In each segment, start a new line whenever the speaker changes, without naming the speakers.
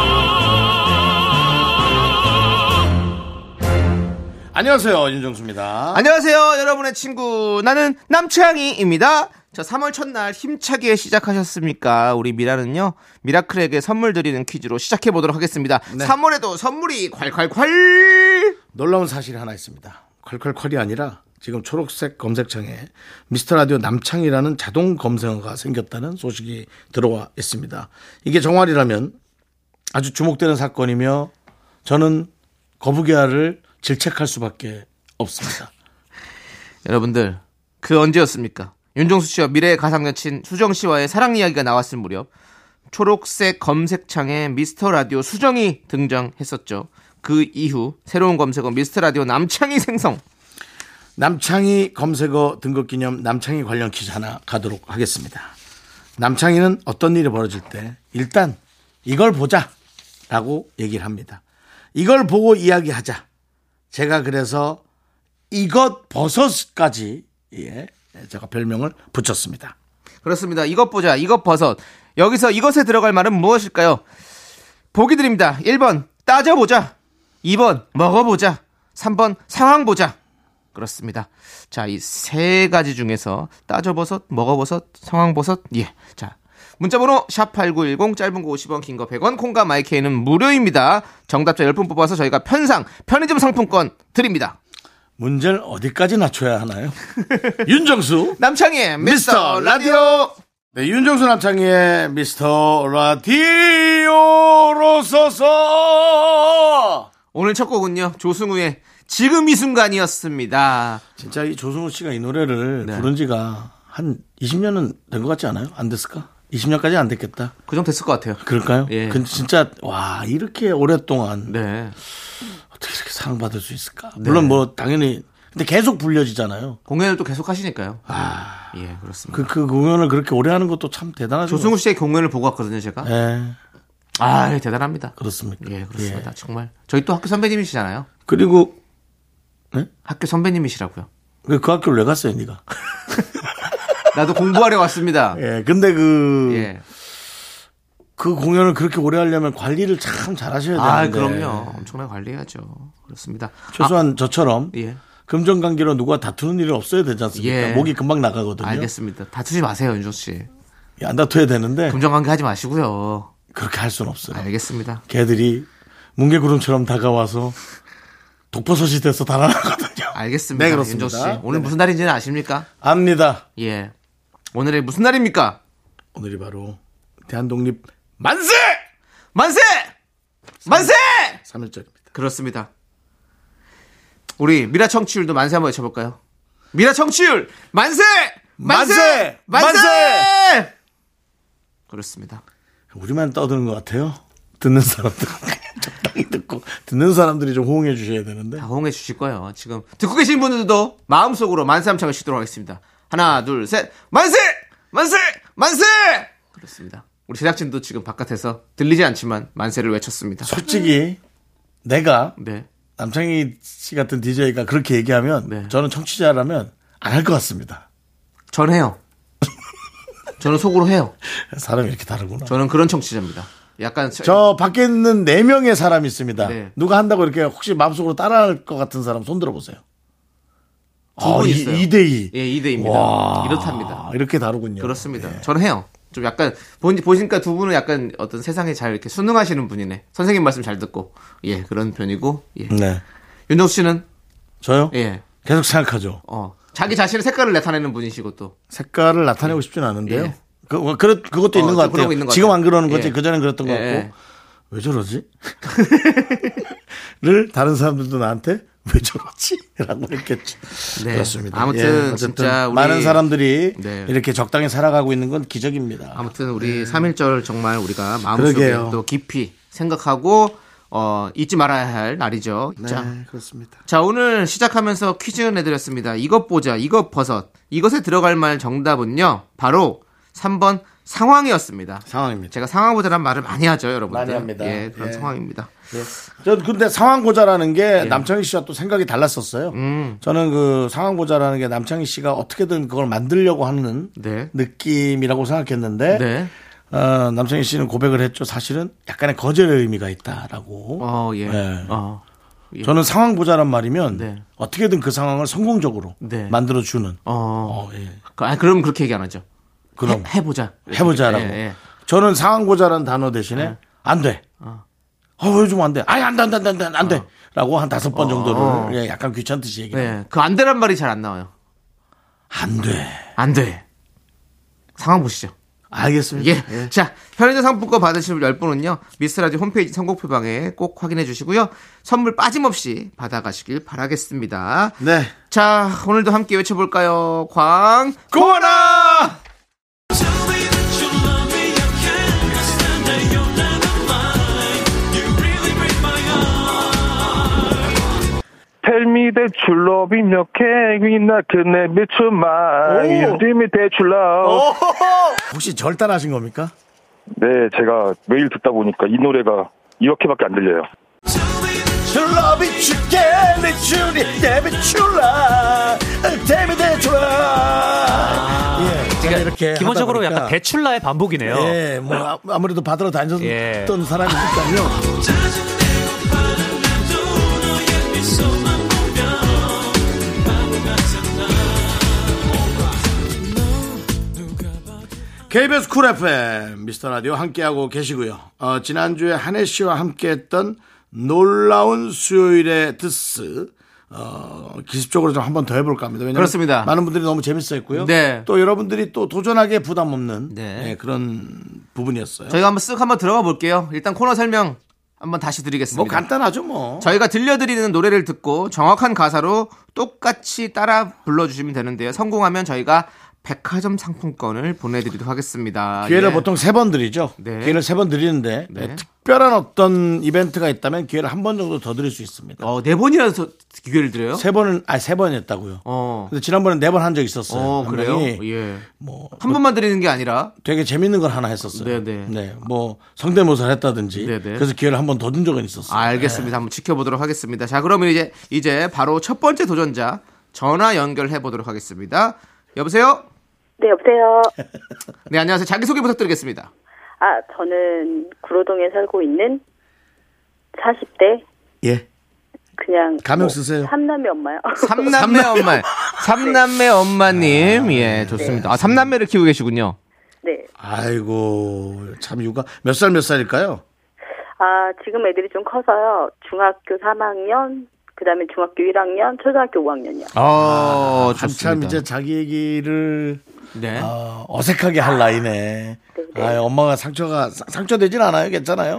안녕하세요 윤정수입니다.
안녕하세요, 여러분의 친구. 나는 남채양이입니다. 자, 3월 첫날 힘차게 시작하셨습니까? 우리 미라는요, 미라클에게 선물 드리는 퀴즈로 시작해보도록 하겠습니다. 3월에도 선물이 콸콸콸!
놀라운 사실이 하나 있습니다. 컬컬컬이 아니라 지금 초록색 검색창에 미스터 라디오 남창이라는 자동 검색어가 생겼다는 소식이 들어와 있습니다. 이게 정말이라면 아주 주목되는 사건이며 저는 거북이알을 질책할 수밖에 없습니다.
여러분들, 그 언제였습니까? 윤종수 씨와 미래의 가상 여친 수정 씨와의 사랑 이야기가 나왔을 무렵, 초록색 검색창에 미스터 라디오 수정이 등장했었죠. 그 이후 새로운 검색어 미스터 라디오 남창이 생성.
남창희 검색어 등급 기념 남창희 관련 퀴즈 하나 가도록 하겠습니다. 남창희는 어떤 일이 벌어질 때 일단 이걸 보자 라고 얘기를 합니다. 이걸 보고 이야기하자. 제가 그래서 이것 버섯까지 예, 제가 별명을 붙였습니다.
그렇습니다. 이것 보자. 이것 버섯. 여기서 이것에 들어갈 말은 무엇일까요? 보기 드립니다. 1번 따져보자. 2번 먹어보자. 3번 상황 보자. 그렇습니다. 자, 이 세 가지 중에서 따져버섯, 먹어버섯, 상황버섯. 예. 자. 문자번호 샵8910 짧은 거 50원 긴 거 100원 콩과 마이케이는 무료입니다. 정답자 10분 뽑아서 저희가 편상 편의점 상품권 드립니다.
문제를 어디까지 낮춰야 하나요? 윤정수
남창희의
미스터 라디오. 네, 윤정수 남창희의 미스터 라디오로 서서
오늘 첫 곡은요 조승우의 지금 이 순간이었습니다.
진짜 이 조승우 씨가 이 노래를 부른 지가 한 20년은 된 것 같지 않아요? 안 됐을까? 20년까지 안 됐겠다.
그 정도 됐을 것 같아요.
그럴까요?
예.
근데 진짜 와 이렇게 오랫동안
네,
어떻게 이렇게 사랑받을 수 있을까? 물론 뭐 당연히 근데 계속 불려지잖아요.
공연을 또 계속 하시니까요. 예, 그렇습니다.
그, 그 공연을 그렇게 오래 하는 것도 참 대단하죠.
조승우 씨의 공연을 보고 왔거든요, 제가.
예,
아, 예, 대단합니다.
그렇습니까?
예, 그렇습니다. 정말 저희 또 학교 선배님이시잖아요.
그리고
학교 선배님이시라고요.
그, 그 학교를 왜 갔어요, 네가?
나도 공부하러 왔습니다.
예, 근데 그
예.
그 공연을 그렇게 오래 하려면 관리를 참 잘하셔야 되는데.
아, 그럼요. 엄청나게 관리해야죠. 그렇습니다.
최소한 저처럼
아, 예.
금전관계로 누가 다투는 일이 없어야 되지 않습니까?
예.
목이 금방 나가거든요.
알겠습니다. 다투지 마세요, 윤종 씨.
예, 안 다투야 되는데
금전관계 하지 마시고요.
그렇게 할 수는 없어요.
알겠습니다.
걔들이 뭉게구름처럼 다가와서 독버섯이 돼서 달아나거든요.
알겠습니다.
네, 그렇습니다.
윤종 씨. 오늘 무슨 날인지는 아십니까?
압니다.
예. 오늘의 무슨 날입니까?
오늘이 바로 대한독립 만세!
만세! 만세!
3일절입니다.
그렇습니다. 우리 미라 청취율도 만세 한번 외쳐볼까요? 미라 청취율 만세! 만세!
만세!
만세! 그렇습니다.
우리만 떠드는 것 같아요. 듣는 사람들 적당히 듣고 듣는 사람들이 좀 호응해 주셔야 되는데
다 호응해 주실 거예요. 지금 듣고 계신 분들도 마음속으로 만세 한창 외치도록 하겠습니다. 하나, 둘, 셋. 만세! 만세! 만세! 그렇습니다. 우리 제작진도 지금 바깥에서 들리지 않지만 만세를 외쳤습니다.
솔직히 내가
네.
남창희 씨 같은 DJ가 그렇게 얘기하면
네.
저는 청취자라면 안 할 것 같습니다.
전 해요. 저는 속으로 해요.
사람이 이렇게 다르구나. 저,
저는 그런 청취자입니다. 약간
밖에 있는 네 명의 사람이 있습니다.
네.
누가 한다고 이렇게 혹시 마음속으로 따라할 것 같은 사람 손 들어보세요. 아,
두분 있어요.
2대2.
예, 2대입니다. 이렇답니다.
이렇게 다르군요.
그렇습니다. 저는 해요. 좀 약간 보- 보시니까 두 분은 약간 어떤 세상에 잘 이렇게 순응하시는 분이네. 선생님 말씀 잘 듣고 예 그런 편이고 예.
네.
윤정수 씨는
저요?
예
계속 생각하죠.
어. 자기 자신의 색깔을 나타내는 분이시고 또
색깔을 나타내고 싶진 않은데요.
예.
그, 그, 그것도
어,
있는 것
또 그러고
같아요.
있는 것
지금
같아요.
안 그러는 거지.
예.
그전엔 그랬던 것
예.
같고. 왜 저러지? 를 다른 사람들도 나한테 왜 저러지? 라고 했겠죠.
네.
그렇습니다. 예,
아무튼
어쨌든
진짜 우리-
많은 사람들이
네.
이렇게 적당히 살아가고 있는 건 기적입니다.
아무튼 우리 삼 3.1절 정말 우리가 마음속에
그러게요.
또 깊이 생각하고 어, 잊지 말아야 할 날이죠.
네,
자,
그렇습니다.
자, 오늘 시작하면서 퀴즈 내드렸습니다. 이것 보자, 이것 버섯. 이것에 들어갈 말 정답은요. 바로 3번 상황이었습니다.
상황입니다.
제가 상황 보자란 말을 많이 하죠, 여러분들.
많이 합니다.
예, 그런
예.
상황입니다.
전 근데 상황 보자라는
예.
게 남창희 씨와 또 생각이 달랐었어요.
음.
저는 그 상황 보자라는 게 남창희 씨가 어떻게든 그걸 만들려고 하는
네.
느낌이라고 생각했는데
네.
어, 남창희 씨는 고백을 했죠. 사실은 약간의 거절의 의미가 있다라고.
어, 예.
네.
어. 예.
저는 상황 보자란 말이면
네.
어떻게든 그 상황을 성공적으로
네.
만들어 주는.
어.
예.
그- 아, 그럼 그렇게 얘기 안 하죠.
그럼
해, 예, 네. 보자
해보자라고. 저는 상황 보자라는 단어 대신에 안 돼. 어, 요즘 안 돼. 아니, 안 돼, 안 돼, 안 돼, 안 돼. 안 돼. 라고 한 다섯 번 정도를
어.
예, 약간 귀찮듯이 얘기해.
네. 그 안 되란 말이 잘 안 나와요.
안 돼.
안 돼. 상황 보시죠.
알겠습니다.
예. 자, 편의점 상품권 받으실 10분은요, 미스라디 홈페이지 선곡표방에 꼭 확인해 주시고요. 선물 빠짐없이 받아가시길 바라겠습니다.
네.
자, 오늘도 함께 외쳐볼까요? 광,
고마라!
Tell me that you love me, okay? We not gonna be too much. You tell me that you
어?
love.
혹시 절 따라하신 겁니까?
네, 제가 매일 듣다 보니까 이 노래가 이렇게밖에 안 들려요.
예. 제가 이렇게.
그러니까 기본적으로
하다
약간
보니까
대출라의 반복이네요.
예, 뭐 아- 아무래도 받으러 다녔던
예.
사람이니까요. KBS 쿨 FM 미스터 라디오 함께하고 계시고요. 어, 지난주에 한혜 씨와 함께했던 놀라운 수요일의 드스 어, 기습적으로 좀 한번 더 해볼까 합니다. 왜냐면
그렇습니다.
많은 분들이 너무 재밌어했고요.
네.
또 여러분들이 또 도전하기에 부담 없는
네.
예, 그런 부분이었어요.
저희가 한번 쓱 한번 들어가 볼게요. 일단 코너 설명 한번 다시 드리겠습니다.
뭐 간단하죠 뭐.
저희가 들려드리는 노래를 듣고 정확한 가사로 똑같이 따라 불러주시면 되는데요. 성공하면 저희가 백화점 상품권을 보내드리도록 하겠습니다.
기회를
예.
보통 세 번 드리죠.
네.
기회를 세 번 드리는데
네.
네, 특별한 어떤 이벤트가 있다면 기회를 한 번 정도 더 드릴 수 있습니다.
어, 네 번이라서 기회를 드려요?
세 번은 아니 세 번이었다고요.
어.
근데 지난번에 네 번 한 적 있었어요.
어,
한
그래요?
명이
예.
뭐
한 번만 드리는 게 아니라
되게 재밌는 걸 하나 했었어요.
네, 네.
뭐 성대모사를 했다든지.
네, 아, 네.
그래서 기회를 한 번 더 준 적은 있었어요.
알겠습니다. 한번 지켜보도록 하겠습니다. 자, 그러면 이제 이제 바로 첫 번째 도전자 전화 연결해 보도록 하겠습니다. 여보세요?
네, 여보세요.
네, 안녕하세요. 자기 소개 부탁드리겠습니다.
아, 저는 구로동에 살고 있는 40대
예.
그냥
어.
뭐
가명 쓰세요.
삼남이 엄마요.
삼남매 엄마. 삼남매 엄마님.
네.
예, 좋습니다. 아, 삼남매를 키우고 계시군요.
네.
아이고 참 육아 몇 살 몇 살일까요?
아, 지금 애들이 좀 커서요. 중학교 3학년, 그다음에 중학교 1학년, 초등학교 5학년이요.
어, 좋습니다.
아, 한참 이제 자기 얘기를
네.
어, 어색하게 할 나이네.
네.
아, 엄마가 상처가 상- 상처되진 않아요. 괜찮아요?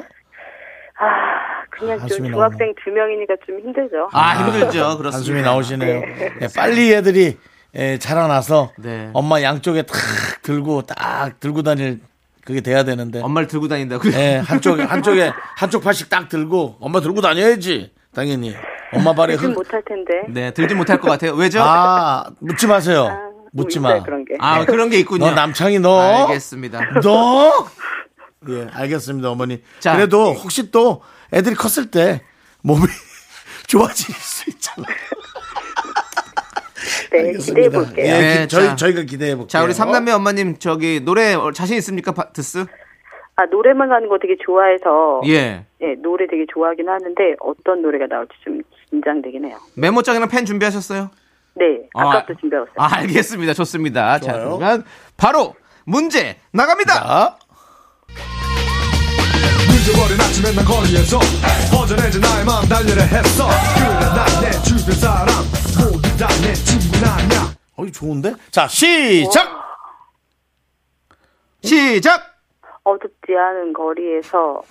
아, 그냥
아,
좀
한숨이
중학생 두 명이니까 좀 힘들죠.
아, 힘들죠. 그렇습니다.
한숨이 나오시네요. 예, 빨리 애들이 예, 자라나서
네.
엄마 양쪽에 탁 들고 딱 들고 다닐 그게 돼야 되는데.
엄마를 들고 다닌다고요?
예, 한쪽에 한쪽에 한쪽 팔씩 딱 들고 엄마 들고 다녀야지. 당연히 엄마 발에
좀
흙.
못할 텐데.
네, 들지 못할 것 같아요. 왜죠? 아,
아 묻지 마세요.
아, 좀
묻지
있어요,
마. 아,
그런 게.
그런 게 있군요.
너 남창이 어? 너.
알겠습니다.
너? 예, 알겠습니다, 어머니.
자.
그래도 혹시 또 애들이 컸을 때 몸이 좋아질 수 있잖아요.
네, 기대해 볼게요.
예,
네,
기- 저희,
자.
저희가 기대해 볼게요.
자, 우리 삼남매 엄마님 저기 노래 어, 자신 있습니까? 바- 드스?
아, 노래만 하는 거 되게 좋아해서
예.
예, 노래 되게 좋아하긴 하는데 어떤 노래가 나올지 좀 긴장되긴 해요.
메모장이랑 펜 준비하셨어요?
네.
아,
아까부터 준비하고 있어요.
아, 알겠습니다. 좋습니다. 자,
좋아요.
그러면 바로 문제 나갑니다.
자,
잊어버린 아침에 난 거리에서 허전해진 나의 마음 달려라 했어 그래 난내 주변 사람 모두 다 내 친구 아냐
어이 좋은데? 자, 시작.
시작!
어둡지 않은 거리에서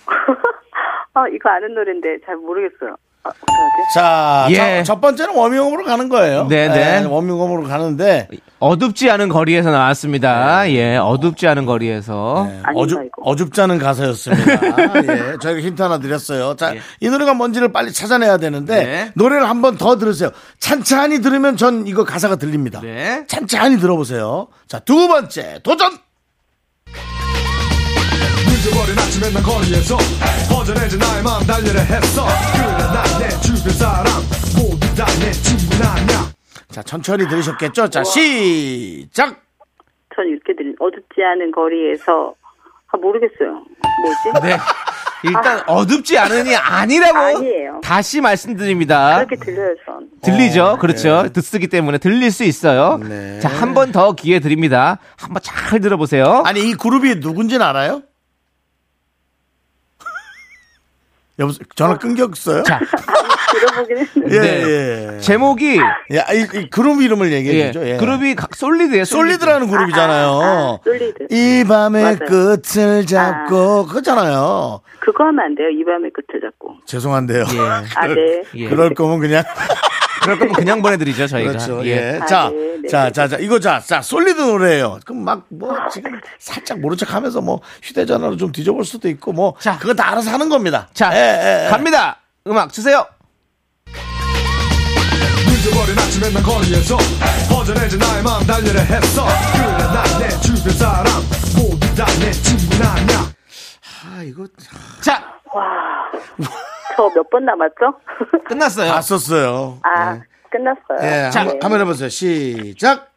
아 이거 아는 노래인데 잘 모르겠어요. 아, 어떡하지?
자,
예.
첫, 첫 번째는 워밍업으로 가는 거예요.
네, 네.
예, 워밍업으로 가는데
어둡지 않은 거리에서 나왔습니다.
네.
예, 어둡지 않은 거리에서.
아닙니다,
어줍,
이거.
어줍잖은 가사였습니다. 예, 저희가 힌트 하나 드렸어요. 자, 이 노래가 뭔지를 빨리 찾아내야 되는데
예. 네.
노래를 한 번 더 들으세요. 찬찬히 들으면 전 이거 가사가 들립니다.
네.
찬찬히 들어보세요. 자, 두 번째 도전.
늦어버린 아침에 난 거리에서 허전해진 나의 마음 달려라 했어 그래 난내 주변 사람 모두 다 내 친구 나냐
자, 천천히 들으셨겠죠? 자, 시작.
전 이렇게 들 어둡지 않은 거리에서 아 모르겠어요. 뭐지?
네. 일단 어둡지 않으니 아니라고
아. 아니에요.
다시 말씀드립니다.
그렇게 들려요, 전.
들리죠? 그렇죠. 듣쓰기 때문에 들릴 수 있어요.
네.
자, 한 번 더 기회 드립니다. 한 번 잘 들어보세요.
아니, 이 그룹이 누군지는 알아요? 여보세요. 전화 끊겼어요?
자,
들어보긴 했는데.
예,
네.
예.
제목이
아.
야, 이, 이 그룹 이름을 얘기해
예,
주죠. 예.
그룹이 각- 솔리드예요. 솔리드.
솔리드라는 그룹이잖아요.
아, 아, 아, 솔리드.
이 밤의
맞아요.
끝을 잡고 그거잖아요.
그거 하면 안 돼요. 이 밤의 끝을 잡고.
죄송한데요.
아, 네.
예.
그럴 거면 그냥
그럴 거면 그냥 보내드리죠 저희가.
그렇죠.
예.
예.
아,
자,
네, 네.
자, 자, 자, 이거 자, 자, 솔리드 노래예요. 그럼 막
아.
뭐 지금 살짝 모른 척하면서 뭐 휴대전화로 좀 뒤져볼 수도 있고 뭐
자.
그거 다 알아서 하는 겁니다.
자,
예, 예, 예.
갑니다. 음악 주세요.
늦어버린 아침에 난 거리에서 허전해진 나의 마음 달려라 했어 그래 난내 주변 사람 모두 다 내 친구 나냐
아, 이거
자,
와. 저 몇 번 남았죠?
끝났어요.
다 썼어요.
아, 끝났어요.
예,
네.
한번 한번 해보세요. 시작.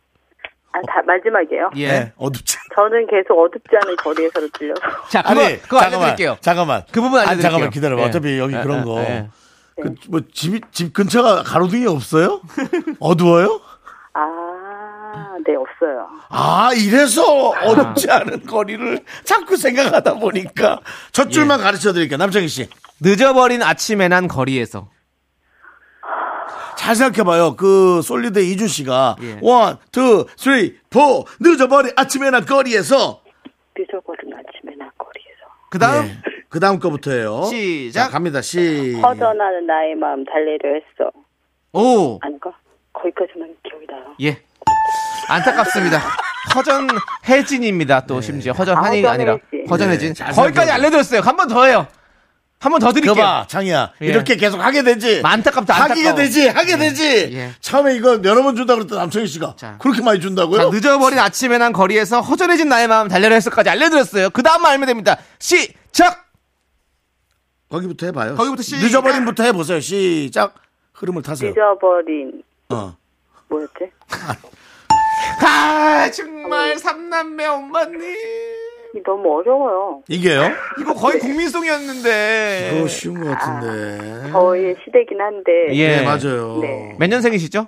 아, 다 마지막이에요.
예.
예, 어둡지.
저는 계속 어둡지 않은 거리에서로 들려서.
자, 그거, 그거 알려드릴게요.
잠깐만.
그 부분
아니,
알려드릴게요.
잠깐만 기다려봐.
예.
어차피 여기
예,
그런
예,
거.
예.
그, 뭐, 집, 집 근처가 가로등이 없어요? 어두워요?
아, 네, 없어요.
아, 이래서 어둡지
아.
않은 거리를 자꾸 생각하다 보니까. 첫
예.
줄만 가르쳐 드릴게요. 남창희 씨.
늦어버린 아침에 난 거리에서.
잘 생각해봐요. 그 솔리드 이준 씨가.
예.
원, 투, 쓰리, 포. 늦어버린 아침에 난 거리에서.
늦어버린 아침에 난 거리에서.
그 다음.
네. 그 다음 거부터예요.
시작.
자, 갑니다. 시.
허전하는 나의 마음 달래려 했어.
오.
아닌가? 거기까지만 기억이 나요.
예. 안타깝습니다. 허전 혜진입니다. 또 심지어 허전 한이가
허전
아니라
혜진.
허전
네,
혜진.
잘
거기까지
생각해보세요.
알려드렸어요. 한 번 더 해요. 한 번 더
그거
드릴게요.
봐, 창희야.
예.
이렇게 계속 하게 되지.
안타깝다,
하게
안타까워.
되지, 하게 되지.
예.
처음에 이거 여러 번 준다고 그랬던 남창희 씨가.
자.
그렇게 많이
자,
준다고요?
늦어버린 아침에 난 거리에서 허전해진 나의 마음 달려라 했어까지 알려드렸어요. 그 다음만 알면 됩니다. 시작.
거기부터 해봐요.
거기부터 시작.
늦어버린부터 해보세요. 시작. 흐름을
예.
타세요.
잊어버린
어.
뭐였지?
아 정말 삼남매 엄마님
너무 어려워요.
이게요?
이거 거의 국민송이었는데.
더 쉬운 것 같은데.
저의 시대긴 한데
음. 예
네, 맞아요.
아. 네.
몇 년생이시죠?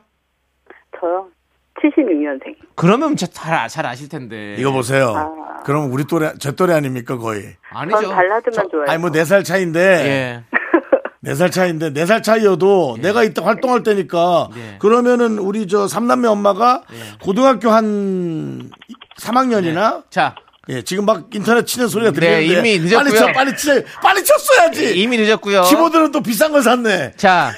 저요 76년생.
그러면 잘, 아- 잘 아실 텐데.
이거 보세요.
아.
그럼 우리 또래, 제 또래 아닙니까, 거의?
전
아니죠.
발라드만 좋아해요.
아니, 뭐, 네 살 차인데,
예.
네 살 차인데, 네 살 차이여도 내가 이때 활동할 때니까,
예.
그러면은 우리 저 삼남매 엄마가 고등학교 한 3학년이나
자,
예, 지금 막 인터넷 치는 소리가
네,
들리는데
이미 늦었고요.
빨리 쳐, 빨리 치, 빨리 쳤어야지.
이미 늦었고요.
키보드는 또 비싼 걸 샀네.
자,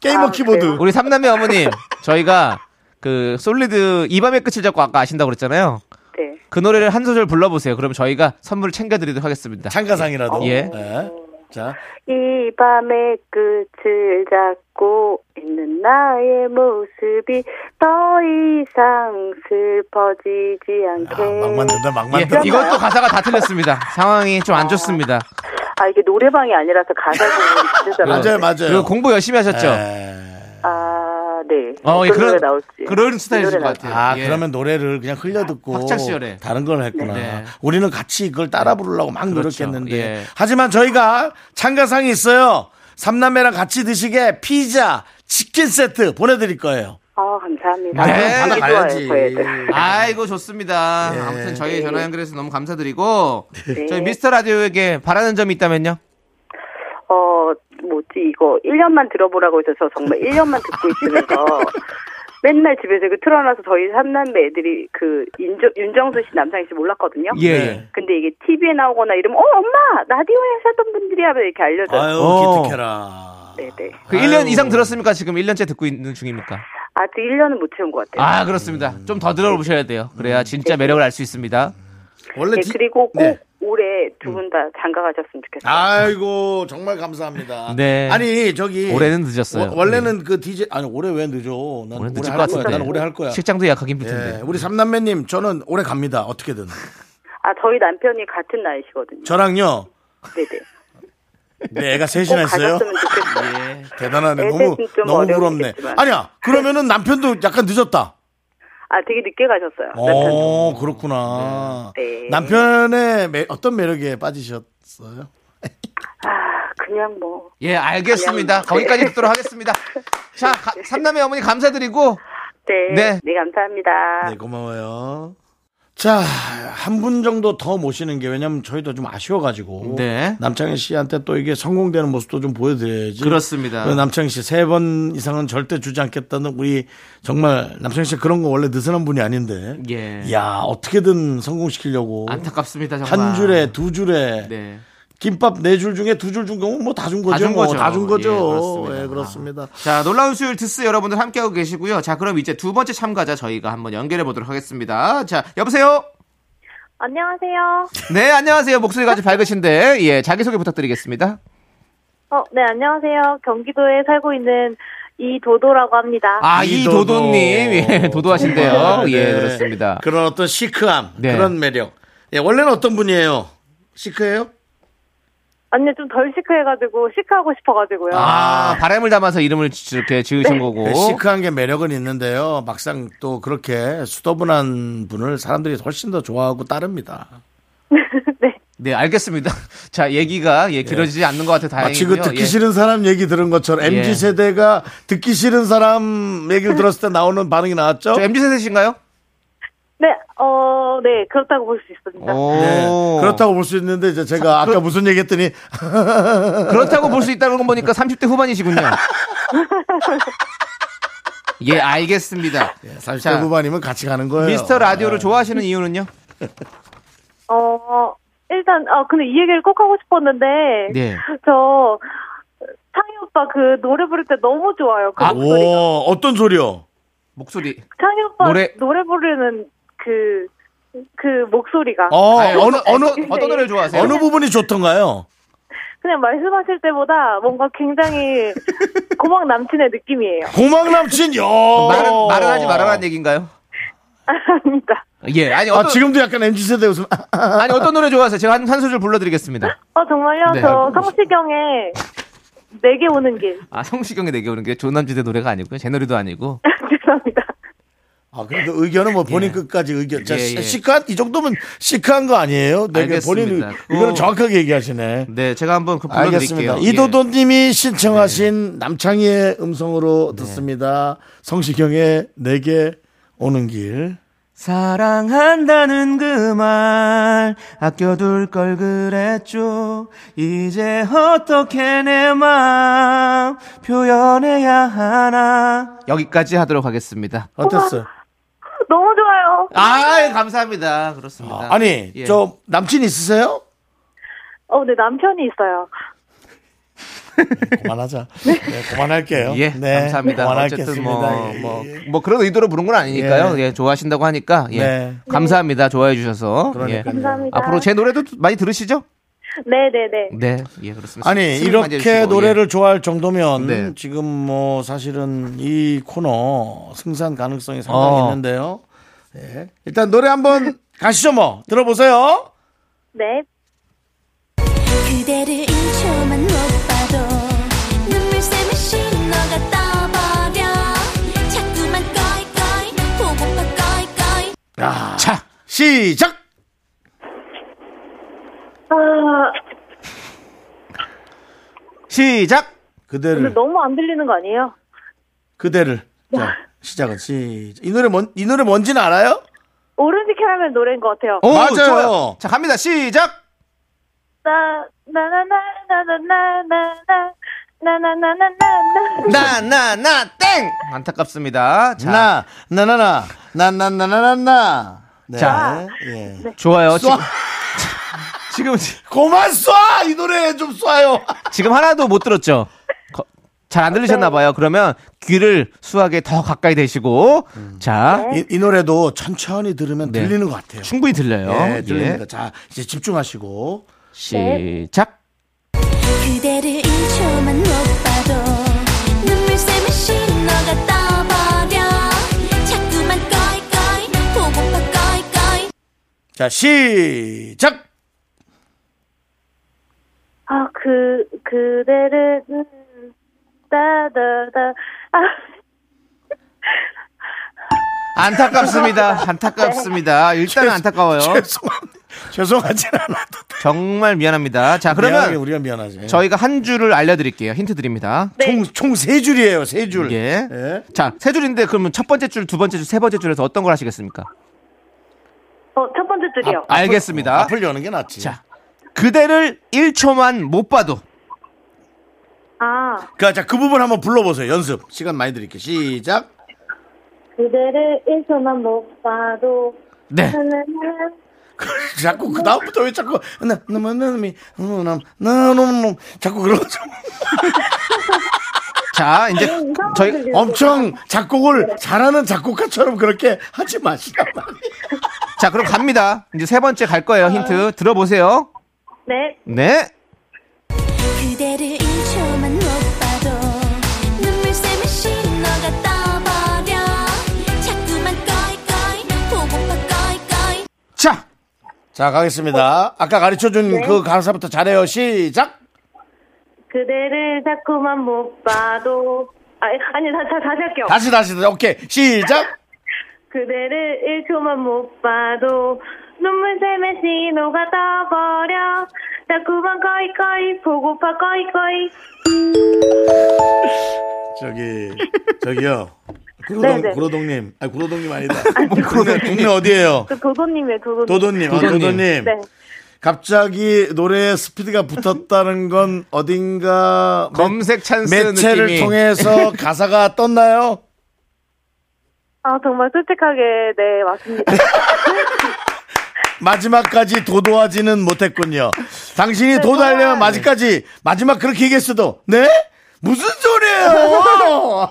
게이머
아,
키보드.
그래요?
우리 삼남매 어머님, 저희가 그 솔리드 이 밤의 끝을 잡고 아까 아신다고 그랬잖아요.
네.
그 노래를 한 소절 불러보세요. 그럼 저희가 선물을 챙겨드리도록 하겠습니다.
참가상이라도.
예.
자,
이 밤의 끝을 잡고 있는 나의 모습이 더 이상 슬퍼지지 않게.
아, 막 만든다, 막
예,
만든다.
이것도 가사가 다 틀렸습니다. 상황이 좀 안 좋습니다.
아, 이게 노래방이 아니라서 가사 부분이 진짜
맞아요,
그리고
맞아요.
공부 열심히 하셨죠?
예.
아, 네.
어,
어떤
예, 그런,
노래 나올지.
그런 스타일이신
노래
것 같아요.
아,
예.
그러면 노래를 그냥 흘려듣고
학창 시절에.
다른 걸 했구나.
네.
우리는 같이 그걸 따라 부르려고 막
그렇죠.
노력했는데.
예.
하지만 저희가 참가상이 있어요. 삼남매랑 같이 드시게 피자, 치킨 세트 보내드릴 거예요.
아, 감사합니다.
네,
되게
받아가야지.
좋아요, 저희들.
아이고 좋습니다.
예.
아무튼 저희 전화 연결해서 너무 감사드리고
네.
저희 미스터 라디오에게 바라는 점이 있다면요.
어, 뭐지, 이거 1년만 들어보라고 해서 저 정말 1년만 듣고 있으면서 맨날 집에서 그 틀어놔서 저희 삼남매 애들이 그 인정, 윤정수 씨, 남상희 씨 몰랐거든요.
예, 예.
근데 이게 TV에 나오거나 이러면, 어, 엄마! 라디오에 사던 분들이야! 하면 이렇게 알려줘요.
아유,
어.
기특해라.
네네.
그 1년 이상 들었습니까? 지금 1년째 듣고 있는 중입니까?
아직 1년은 못 채운 것 같아요.
아 그렇습니다. 좀 더 들어보셔야 돼요. 그래야 진짜 매력을 알 수 있습니다.
원래
네,
지-
그리고 꼭
네.
올해 두 분 다 장가 가셨으면 좋겠어요.
아이고 정말 감사합니다.
네.
아니 저기
올해는 늦었어요.
원- 원래는 그 DJ 아니 올해 왜 늦어?
오늘
난 올해
늦을
할
것 같은데.
거야. 난 올해 할 거야.
실장도 약하긴
예,
붙은데.
우리 삼남매님 저는 올해 갑니다. 어떻게든
아, 저희 남편이 같은 나이시거든요.
저랑요.
네네.
네, 애가
꼭
셋이나 있어요. 예.
가셨으면 좋겠어요.
대단하네.
애들은
너무
좀
너무
어려울
부럽네.
수겠지만.
아니야. 그러면은 남편도 약간 늦었다.
아, 되게 늦게 가셨어요. 남편은.
어, 그렇구나.
네.
남편의 매- 어떤 매력에 빠지셨어요?
아, 그냥 뭐.
예, 알겠습니다.
그냥-
거기까지 듣도록 하겠습니다. 자, 가- 삼남의 어머니 감사드리고
네.
네.
네,
아.
감사합니다.
네, 고마워요. 자, 한 분 정도 더 모시는 게 왜냐면 저희도 좀 아쉬워가지고.
네.
남창희 씨한테 또 이게 성공되는 모습도 좀 보여드려야지.
그렇습니다.
그리고 남창희 씨 세 번 이상은 절대 주지 않겠다는 우리 정말 남창희 씨 그런 거 원래 느슨한 분이 아닌데.
예.
야 어떻게든 성공시키려고.
안타깝습니다. 정말.
한 줄에 두 줄에
네.
김밥 네 줄 중에 두 줄 준 경우 뭐 다 준 거죠.
다준 거죠.
다 준
예,
거죠.
그렇습니다.
예, 그렇습니다.
자, 놀라운 수요일 드스 여러분들 함께하고 계시고요. 자, 그럼 이제 두 번째 참가자 저희가 한번 연결해 보도록 하겠습니다. 자, 여보세요?
안녕하세요.
네, 안녕하세요. 목소리가 아주 밝으신데, 예, 자기소개 부탁드리겠습니다.
어, 네, 안녕하세요. 경기도에 살고 있는 이도도라고 합니다.
아, 이도도님. 예, 도도하신데요.
정말,
예,
뭐. 네.
그렇습니다.
그런 어떤 시크함,
네.
그런 매력. 예, 원래는 어떤 분이에요? 시크해요?
아니, 좀 덜 시크해가지고, 시크하고 싶어가지고요.
아, 바람을 담아서 이름을 지- 이렇게 지으신 거고.
네, 시크한 게 매력은 있는데요. 막상 또 그렇게 수더분한 분을 사람들이 훨씬 더 좋아하고 따릅니다.
네.
네, 알겠습니다. 자, 얘기가 예, 길어지지 않는 것 같아
마치
다행이고요.
그 네. 듣기
예.
싫은 사람 얘기 들은 것처럼
예.
MZ 세대가 듣기 싫은 사람 얘기를 들었을 때 나오는 반응이 나왔죠?
저 MZ 세대신가요?
네, 어, 네, 그렇다고 볼 수 있습니다.
오. 그
네, 그렇다고 볼 수 있는데 이제 제가 아까 무슨 얘기했더니
그렇다고 볼 수 있다는 건 보니까 30대 후반이시군요. 예, 알겠습니다.
30대
자,
예, 후반이면 같이 가는 거예요.
미스터 라디오를 좋아하시는 이유는요?
어, 일단, 아, 근데 이 얘기를 꼭 하고 싶었는데,
네.
저, 창희 오빠 그 노래 부를 때 너무 좋아요. 그
아,
목소리가.
오, 어떤 소리요?
목소리.
창희 오빠
노래-
노래, 부르는 그, 그 목소리가.
어,
아니,
어느, 어느,
어떤 노래를 좋아하세요?
어느 부분이 좋던가요?
그냥 말씀하실 때보다 뭔가 굉장히 고막 남친의 느낌이에요.
고막남친, 여
말은, 말은
어.
하지 말아라는 얘기인가요?
아닙니다.
예, 아니, 어떤,
아, 지금도 약간 MZ세대 웃음.
아니, 어떤 노래 좋아하세요? 제가 한, 한 소절 불러드리겠습니다.
어, 정말요?
네,
저
알고
성시경의 내게 오는 길.
아, 성시경의 내게 오는 게 조남지대 노래가 아니고요. 제 노래도 아니고.
죄송합니다.
아, 그래도 의견은 뭐 본인
예.
끝까지 의견. 자,
예, 예.
시크한, 이 정도면 시크한 거 아니에요? 내가 본인,
알겠습니다.
의- 이거는
어.
정확하게 얘기하시네.
네, 제가 한번 그 불러드릴게요. 네.
알겠습니다. 이도도 님이 신청하신 남창희의 음성으로 듣습니다. 성시경의 내게 오는 길.
사랑한다는 그 말 아껴둘 걸 그랬죠 이제 어떻게 내 맘 표현해야 하나 여기까지 하도록 하겠습니다
어땠어요?
너무 좋아요.
아 예, 감사합니다 그렇습니다
아, 니
예.
저 남친 있으세요?
어, 네, 남편이 있어요.
그만하자. 네, 그만할게요.
예,
네,
감사합니다. 어쨌든 뭐,
그만하겠습니다. 예,
뭐,
예.
뭐 그런 의도로 부른 건 아니니까요. 예, 좋아하신다고 하니까 예,
네.
감사합니다. 좋아해 주셔서 예.
그러니까요.
감사합니다.
앞으로 제 노래도 많이 들으시죠?
네, 네, 네.
네, 예 그렇습니다.
아니
스윙 많이
이렇게
해주시고, 예.
노래를 좋아할 정도면
네.
지금 뭐 사실은 이 코너 승산 가능성이 상당히
어.
있는데요. 예. 일단 노래 한번 가시죠 뭐 들어보세요.
네.
그대를 1초만 못 봐도 눈물샘에 신호가 떠버려 자꾸만 꺼이꺼이 보고파 꺼이꺼이
예. 자,
시작.
아,
시작.
근데
그대를
너무 안 들리는 거 아니에요?
그대를 자, 시작은 시작. 이 노래 뭔 이 노래 뭔지는 알아요?
오렌지 캐러멜 노래인 것 같아요.
오,
맞아요.
좋아요. 자, 갑니다. 시작.
나, 나나나나나나나나, 나나나나나나.
나, 나, 나, 땡! 안타깝습니다. 자,
나 나나나 나나나나나나. 네.
자.
예.
좋아요.
쏴.
지금, 지금,
그만 쏴! 이 노래 좀 쏴요.
지금 하나도 못 들었죠? 거- 잘 안
네.
들리셨나봐요. 그러면 귀를 수학에 더 가까이 대시고 자
네.
이, 이 노래도 천천히 들으면
네.
들리는 것 같아요.
충분히 들려요.
예,
예.
들립니다. 자, 이제 집중하시고.
시작.
그대를 1초만 못 봐도 눈물샘에 신호가 떠버려 자꾸만 꺼이꺼이 보고파 꺼이꺼이
자, 시작!
아, 그, 그대를, 음, 따다다. 아,
안타깝습니다. 안타깝습니다. 일단은 안타까워요.
죄송합니다. 죄송하진 않아도.
정말 미안합니다. 자
미안하게
그러면
우리가 미안하지.
저희가 한 줄을 알려드릴게요. 힌트 드립니다.
총총 세 줄이에요, 세 줄.
예.
예.
자, 세 줄인데 그러면 첫 번째 줄, 두 번째 줄, 세 번째 줄에서 어떤 걸 하시겠습니까?
어, 첫 번째 줄이요.
알겠습니다.
앞을 여는 아, 게 낫지.
자, 그대를 1초만 못 봐도
아,
그, 자, 그 부분 한번 불러보세요. 연습. 시간 많이 드릴게요. 시작.
그대를 1초만 못 봐도.
네.
자꾸 그 다음부터 왜 자꾸 나 너무 너무 너무 너무 자꾸 그러죠.
자, 이제
아, 네,
저희
엄청 작곡을 잘하는 작곡가처럼 그렇게 하지 마시란 말이에요.
자, 그럼 갑니다. 이제 세 번째 갈 거예요. 힌트 들어보세요.
아. 네.
네.
그대를 1초만 못 봐도 눈물샘에 신호가 떠버려 자꾸만 꺼이꺼이 보고파 꺼이꺼이
자,
자, 가겠습니다. 아까 가르쳐 준 그 가사부터 잘해요. 시작.
그대를 네, 자꾸만 못 봐도. 아, 아니, 다, 다, 다시 할게요.
다시 다시 오케이. 시작.
그대를 1초만 못 봐도 눈물샘에 신호가 떠버려 자꾸만 꺼이꺼이 보고파 꺼이꺼이
저기 저기요. 구로동
네, 네.
구로동님. 아니 구로동님 아니다. 국내, 국내 어디예요?
그 도도님의 도도님
도도님. 아,
도도님.
도도님.
네.
갑자기 노래에 스피드가 붙었다는 건 어딘가
검색 찬스
매체를
느낌이.
통해서 가사가 떴나요?
아 정말 솔직하게 네 맞습니다
마지막까지 도도하지는 못했군요. 당신이 도도하려면 마지막까지 마지막 그렇게 얘기했어도 네? 무슨 소리예요?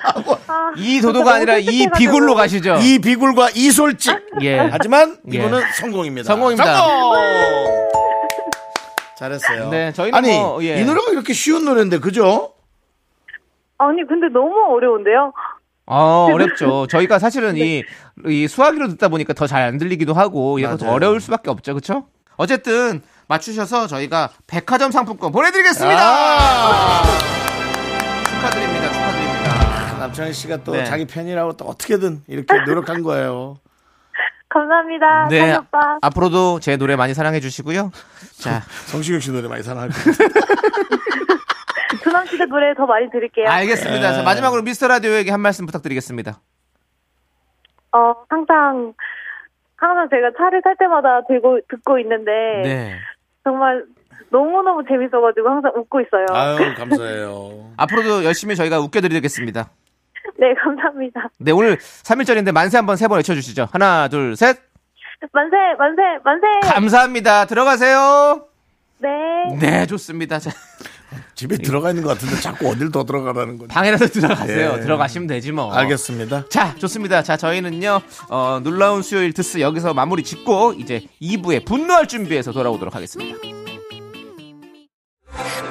하고
아,
이 도도가 아니라 이
솔직해가지고.
비굴로 가시죠.
이 비굴과 이 솔직.
예.
하지만
그렇죠. 예.
이분은 성공입니다.
성공입니다.
성공! 잘했어요.
네, 저희는
아니
뭐, 예.
이 노래가 이렇게 쉬운 노래인데 그죠?
아니 근데 너무 어려운데요
아, 어렵죠. 저희가 사실은 이, 이 수화기로 듣다 보니까 더 잘 안 들리기도 하고, 이런 것도
맞아요.
어려울 수밖에 없죠. 그쵸? 어쨌든, 맞추셔서 저희가 백화점 상품권 보내드리겠습니다!
아!
축하드립니다. 축하드립니다.
남창희 씨가 또
네.
자기 팬이라고 또 어떻게든 이렇게 노력한 거예요.
감사합니다 네. 오빠
앞으로도 제 노래 많이 사랑해 주시고요. 자,
성시경 씨 노래 많이 사랑할 거예요.
두남 씨의 노래 더 아, 많이 들을게요
알겠습니다. 자,
예.
마지막으로 미스터 라디오에게 한 말씀 부탁드리겠습니다.
어 항상 항상 제가 차를 탈 때마다 들고 듣고 있는데
네.
정말 너무너무 재밌어가지고 항상 웃고 있어요
아유 감사해요.
앞으로도 열심히 저희가 웃겨드리겠습니다.
네 감사합니다
네, 오늘 3일절인데 만세 한번 세 번 외쳐주시죠. 하나, 둘, 셋.
만세 만세 만세
감사합니다. 들어가세요.
네
네, 좋습니다. 자,
집에 들어가 있는 것 같은데 자꾸 어딜 더 들어가라는 거지.
방에라도 들어가세요.
예.
들어가시면 되지 뭐.
알겠습니다.
자, 좋습니다. 자, 저희는요, 어, 놀라운 수요일 드스 여기서 마무리 짓고, 이제 2부에 분노할 준비해서 돌아오도록 하겠습니다.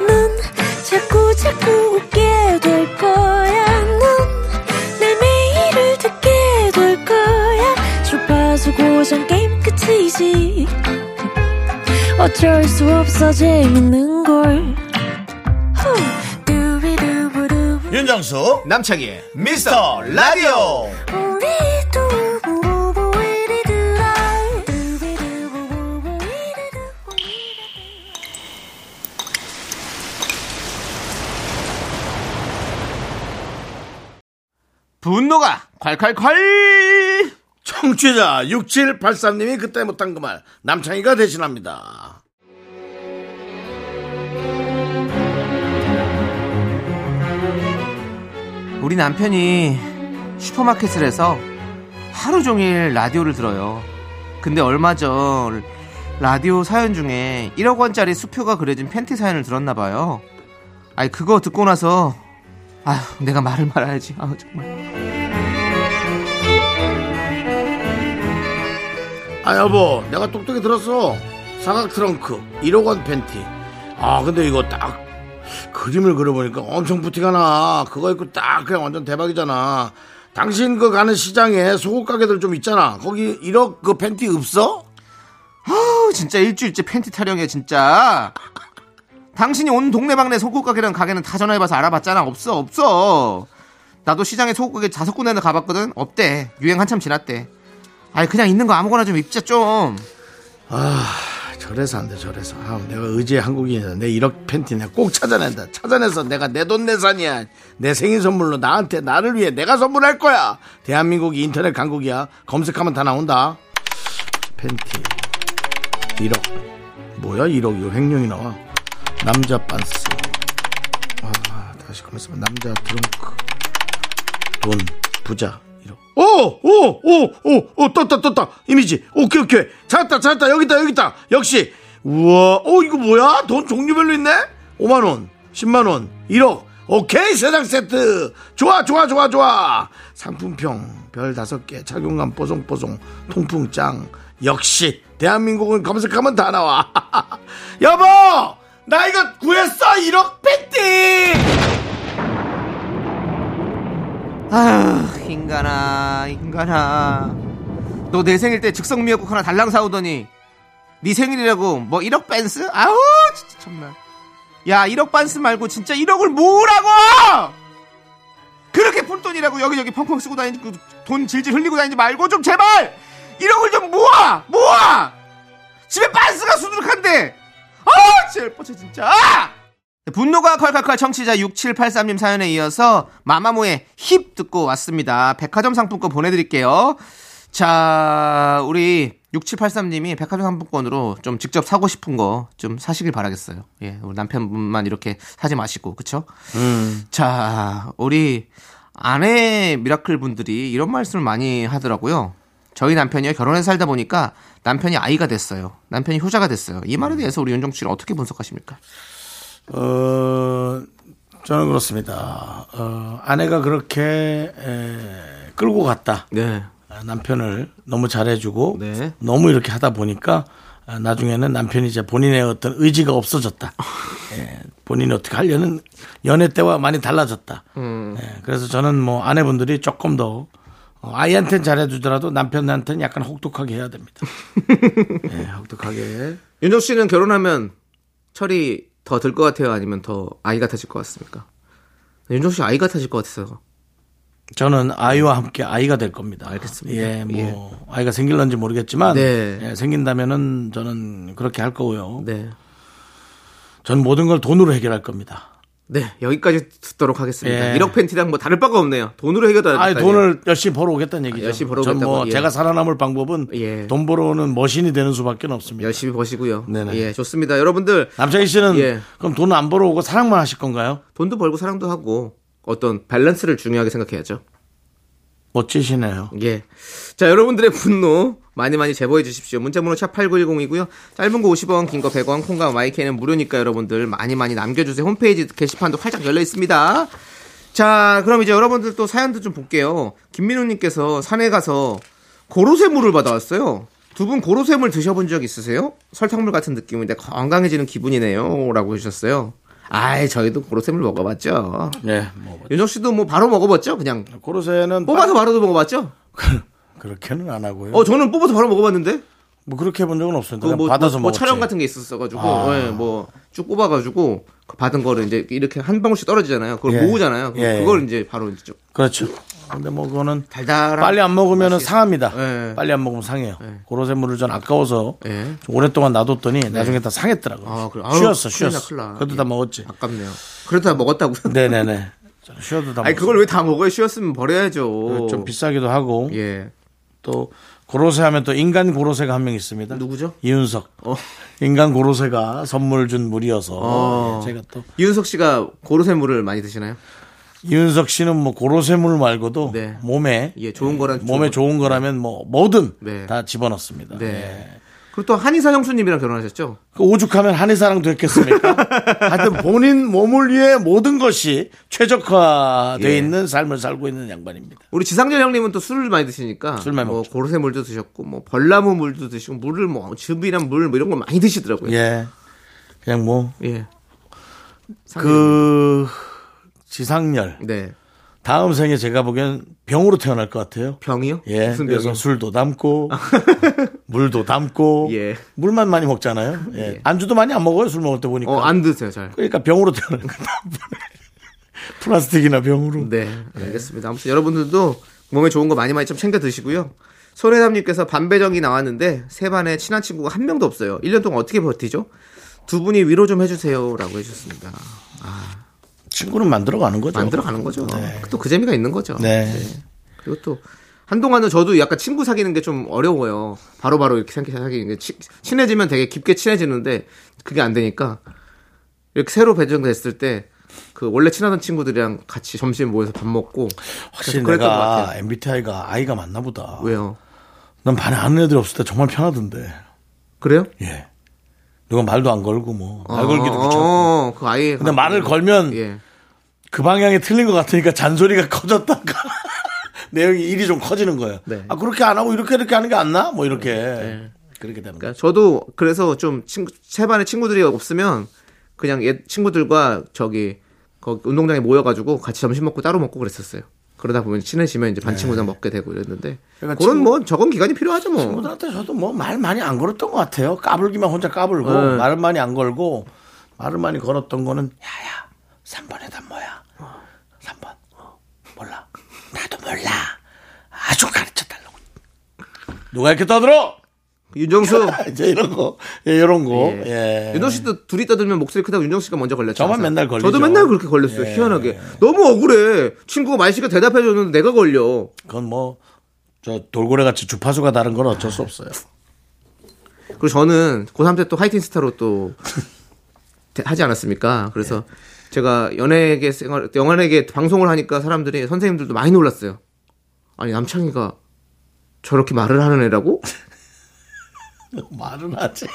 넌 자꾸 자꾸 웃게 될 거야. 넌내 매일을 듣게 될 거야. 주파수 고정 게임 끝이지. 어쩔 수 없어 재밌는 걸. 후. 두비두부두.
윤정수
남창희의
미스터 라디오.
우리 두부부부 우리 두라. 두비두부부부 우리 두부.
분노가 콸콸콸!
청취자 6783님이 그때 못한 그 말 남창희가 대신합니다.
우리 남편이 슈퍼마켓을 해서 하루 종일 라디오를 들어요. 근데 얼마 전 라디오 사연 중에 1억 원짜리 수표가 그려진 팬티 사연을 들었나 봐요. 아니 그거 듣고 나서 아 아, 내가 말을 말아야지. 아, 정말.
아 여보 내가 똑똑히 들었어 사각 트렁크 1억 원 팬티 아 근데 이거 딱 그림을 그려보니까 엄청 부티가 나 그거 입고 딱 그냥 완전 대박이잖아 당신 그 가는 시장에 속옷 가게들 좀 있잖아 거기 1억 그 팬티 없어?
아우, 진짜 일주일째 팬티 타령이야, 진짜. 당신이 온 동네방네 속옷 가게랑 가게는 다 전화해봐서 알아봤잖아. 없어, 없어. 나도 시장에 속옷 가게 다섯 군데나 가봤거든. 없대. 유행 한참 지났대. 아이, 그냥 있는 거 아무거나 좀 입자, 좀.
저래서 안 돼 저래서 아, 내가 의지의 한국인이다 내 1억 팬티 내가 꼭 찾아낸다 찾아내서 내가 내 돈 내산이야 내 생일 선물로 나한테 나를 위해 내가 선물할 거야 대한민국이 인터넷 강국이야 검색하면 다 나온다 팬티 1억 뭐야 1억 이거 횡령이 나와 남자 반스 아 다시 검색하면 남자 드렁크 돈 부자 1억 어, 오오오오오 어, 떴다 떴다 이미지 오케이 오케이 찾았다 찾았다 여기다 여기다 역시 우와 오 이거 뭐야 돈 종류별로 있네 5만원 10만원 1억 오케이 세장 세트 좋아 좋아 좋아 좋아 상품평 별 다섯 개 착용감 뽀송뽀송 통풍 짱 역시 대한민국은 검색하면 다 나와 여보 나 이거 구했어 1억 팬티
아휴, 인간아, 인간아. 너 내 생일 때 즉석 미역국 하나 달랑 사오더니 네 생일이라고 뭐 1억 빤스? 아우, 진짜 정말. 야, 1억 빤스 말고 진짜 1억을 모으라고! 그렇게 푼돈이라고 여기저기 펑펑 쓰고 다니고 돈 질질 흘리고 다니지 말고 좀 제발 1억을 좀 모아! 모아! 집에 빤스가 수두룩한데! 아, 제일 뻗쳐 진짜. 아! 분노가 컬컬컬 청취자 6783님 사연에 이어서 마마무의 힙 듣고 왔습니다. 백화점 상품권 보내드릴게요. 자, 우리 6783님이 백화점 상품권으로 좀 직접 사고 싶은 거 좀 사시길 바라겠어요. 예, 우리 남편분만 이렇게 사지 마시고, 그쵸? 자, 우리 아내 미라클 분들이 이런 말씀을 많이 하더라고요. 저희 남편이요 결혼해 살다 보니까 남편이 아이가 됐어요. 남편이 효자가 됐어요. 이 말에 대해서 우리 윤종 씨는 어떻게 분석하십니까?
어, 저는 그렇습니다. 어, 아내가 그렇게 에, 끌고 갔다.
네.
아, 남편을 너무 잘해주고
네.
너무 이렇게 하다 보니까 아, 나중에는 남편이 이제 본인의 어떤 의지가 없어졌다. 예, 본인이 어떻게 하려는 연애 때와 많이 달라졌다. 예, 그래서 저는 뭐 아내분들이 조금 더 어, 아이한테는 잘해주더라도 남편한테는 약간 혹독하게 해야 됩니다. 예, 혹독하게.
윤정 씨는 결혼하면 철이 더 들 것 같아요? 아니면 더 아이 같아질 것 같습니까? 윤정 씨 아이 같아질 것 같아서.
저는 아이와 함께 아이가 될 겁니다.
알겠습니다.
예, 뭐 아이가 생길런지 모르겠지만
네.
예, 생긴다면은 저는 그렇게 할 거고요.
네.
전 모든 걸 돈으로 해결할 겁니다.
네, 여기까지 듣도록 하겠습니다.
예.
1억 팬티랑 뭐 다를 바가 없네요. 돈으로 해결하니까.
아니 돈을 열심히 벌어오겠다는 얘기죠.
열심히 벌어오겠다고,
전 뭐
예.
제가 살아남을 방법은
예.
돈 벌어오는 머신이 되는 수밖에 없습니다.
열심히 버시고요.
네네.
예, 좋습니다. 여러분들
남창희 씨는
예.
그럼 돈 안 벌어오고 사랑만 하실 건가요?
돈도 벌고 사랑도 하고 어떤 밸런스를 중요하게 생각해야죠.
멋지시네요.
예. 자, 여러분들의 분노 많이 많이 제보해 주십시오. 문자번호 샵 8910이고요. 짧은 거 50원, 긴 거 100원, 콩과 마이크는 무료니까 여러분들 많이 많이 남겨주세요. 홈페이지 게시판도 활짝 열려 있습니다. 자, 그럼 이제 여러분들 또 사연도 좀 볼게요. 김민우님께서 산에 가서 고로쇠물을 받아왔어요. 두 분 고로쇠물 드셔본 적 있으세요? 설탕물 같은 느낌인데 건강해지는 기분이네요. 라고 해주셨어요. 아이, 저희도 고로쇠물 먹어봤죠.
예, 뭐
윤정 씨도 뭐 바로 먹어봤죠? 그냥
음, 고로쇠는
뽑아서 바로도 먹어봤죠?
그렇게는 안 하고요.
어, 저는 뽑아서 바로 먹어봤는데.
뭐 그렇게 해본 적은 없어요.
그
그냥
뭐,
받아서
뭐, 뭐
먹었지. 아.
촬영 같은 게 있었어가지고, 예, 뭐쭉 뽑아가지고 그 받은 거를 이제 이렇게 한 방울씩 떨어지잖아요. 그걸
예.
모으잖아요. 그-
예, 예.
그걸 이제 바로 이제 좀
그렇죠. 근데 뭐 그거는
달달한.
빨리 안 먹으면 상합니다.
아, 예.
빨리 안 먹으면 상해요. 고로쇠물을 전 아까워서
예. 네.
좀 오랫동안 놔뒀더니 나중에 다 상했더라고.
아,
요
그래. 아유,
쉬었어,
큰일 나,
쉬었어.
큰일 나. 예.
그것도 다 먹었지.
아깝네요. 그래도 다 먹었다고요?
네네네. 저 쉬어도 다
아니,
먹었어.
그걸 왜 다 먹어요? 쉬었으면 버려야죠.
좀 비싸기도 하고
예.
또 고로쇠 하면 또 인간 고로쇠가 한 명 있습니다.
누구죠?
이윤석.
어.
인간 고로쇠가 선물 준 물이어서
어.
예, 제가 또
이윤석 씨가 고로쇠물을 많이 드시나요?
이윤석 씨는 뭐 고로쇠물 말고도
네.
몸에
예, 좋은 거랑
몸에 좋은 거라면 뭐 뭐든
네.
다 집어넣습니다.
네.
예.
그리고 또 한의사 형수님이랑 결혼하셨죠?
그 오죽하면 한의사랑 됐겠습니까? 하여튼 본인 몸을 위해 모든 것이 최적화되어
예.
있는 삶을 살고 있는 양반입니다.
우리 지상렬 형님은 또 술을 많이 드시니까
술 많이
뭐
먹죠.
고로쇠 물도 드셨고 뭐 벌나무 물도 드시고 물을 뭐 즙이랑 물 뭐 이런 걸 많이 드시더라고요.
예. 그냥 뭐,
예.
그, 지상열.
네.
다음 생에 제가 보기엔 병으로 태어날 것 같아요.
병이요?
예.
무슨
그래서
병이요?
술도 담고, 물도 담고,
예.
물만 많이 먹잖아요. 예. 안주도 많이 안 먹어요, 술 먹을 때 보니까.
어, 안 드세요, 잘.
그러니까 병으로 태어날 것 같아요. 플라스틱이나 병으로.
네, 알겠습니다. 아무튼 여러분들도 몸에 좋은 거 많이 많이 좀 챙겨 드시고요. 소래담님께서 반배정이 나왔는데 세 반에 친한 친구가 한 명도 없어요. 1년 동안 어떻게 버티죠? 두 분이 위로 좀 해주세요라고 해주셨습니다.
친구는 만들어 가는 거죠.
만들어 가는 거죠. 또 그 재미가 있는 거죠.
아, 네.
그리고 또 한동안은 저도 약간 친구 사귀는 게 좀 어려워요. 바로바로 이렇게 생기 사귀는 게 치- 친해지면 되게 깊게 친해지는데 그게 안 되니까 이렇게 새로 배정됐을 때 그 원래 친하던 친구들이랑 같이 점심 모여서 밥 먹고
확실히
계속 그랬던 것
내가
같아요.
MBTI가 아이가 맞나 보다.
왜요?
난 반에 아는 애들이 없을 때 정말 편하던데.
그래요?
예. 누가 말도 안 걸고 뭐. 말 걸기도
어,
귀찮고.
어, 그 아예
근데 말을 걸면
예.
그 방향이 틀린 것 같으니까 잔소리가 커졌다가 내용이 일이 좀 커지는 거예요.
네.
아, 그렇게 안 하고 이렇게 이렇게 하는 게 안 나? 뭐 이렇게. 그렇게 되는 거예요.
그러니까 저도 그래서 좀 친구 세반에 친구들이 없으면 그냥 옛 친구들과 저기 거기 운동장에 모여가지고 같이 점심 먹고 따로 먹고 그랬었어요. 그러다 보면 친해지면 이제 반 친구들 먹게 되고 이랬는데
네. 그러니까
그런
친구-
뭐 적응 기간이 필요하죠 뭐.
친구들한테 저도 뭐 말 많이 안 걸었던 것 같아요. 까불기만 혼자 까불고
네.
말을 많이 안 걸고 말을 많이 걸었던 거는 야야 3번 해단 뭐야? 3번 몰라 나도 몰라 아주 가르쳐 달라고 누가 이렇게 떠들어?
윤정수
이제 이런 거 예, 이런 거
예.
예.
윤정 씨도 둘이 떠들면 목소리 크다고 윤정 씨가 먼저 걸렸죠.
저만
항상.
맨날 걸리죠.
저도 맨날 그렇게 걸렸어요.
예.
희한하게 너무 억울해. 친구가 말씨가 대답해 줬는데 내가 걸려.
그건 뭐 저 돌고래 같이 주파수가 다른 건 어쩔 수 없어요.
그리고 저는 고3 때 또 하이틴 스타로 또 대- 하지 않았습니까? 그래서
네.
제가 연예계 생활, 영화계 방송을 하니까 사람들이 선생님들도 많이 놀랐어요. 아니 남창이가 저렇게 말을 하는 애라고?
말은 하지.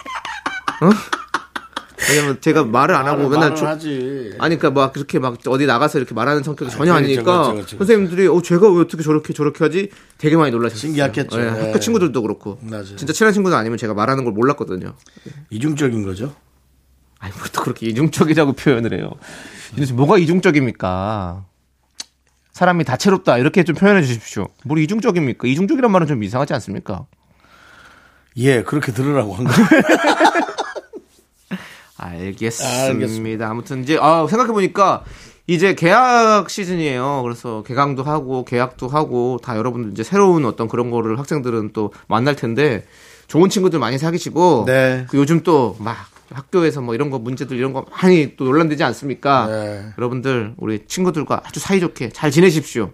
왜냐면 제가 말을 안 하고 맨날
말은
저,
하지.
아니 그러니까 막 그렇게 막 어디 나가서 이렇게 말하는 성격이 전혀
그렇죠,
아니니까
그렇죠, 그렇죠.
선생님들이 어 제가 왜 어떻게 저렇게 저렇게 하지? 되게 많이 놀라셨어요.
신기했겠죠.
예,
예.
학교 친구들도 그렇고.
맞아요.
진짜 친한 친구도 아니면 제가 말하는 걸 몰랐거든요.
이중적인 거죠.
아니 뭐 또 그렇게 이중적이라고 표현을 해요. 도대체 뭐가 이중적입니까? 사람이 다채롭다 이렇게 좀 표현해 주십시오. 뭘 이중적입니까? 이중적이란 말은 좀 이상하지 않습니까?
예 그렇게 들으라고 한 거예요.
알겠습니다.
알겠습니다.
아무튼 이제 아, 생각해 보니까 이제 개학 시즌이에요. 그래서 개강도 하고 개학도 하고 다 여러분들 이제 새로운 어떤 그런 거를 학생들은 또 만날 텐데 좋은 친구들 많이 사귀시고
네.
그 요즘 또 막 학교에서 뭐 이런 거 문제들 이런 거 많이 또 논란되지 않습니까?
네.
여러분들 우리 친구들과 아주 사이좋게 잘 지내십시오.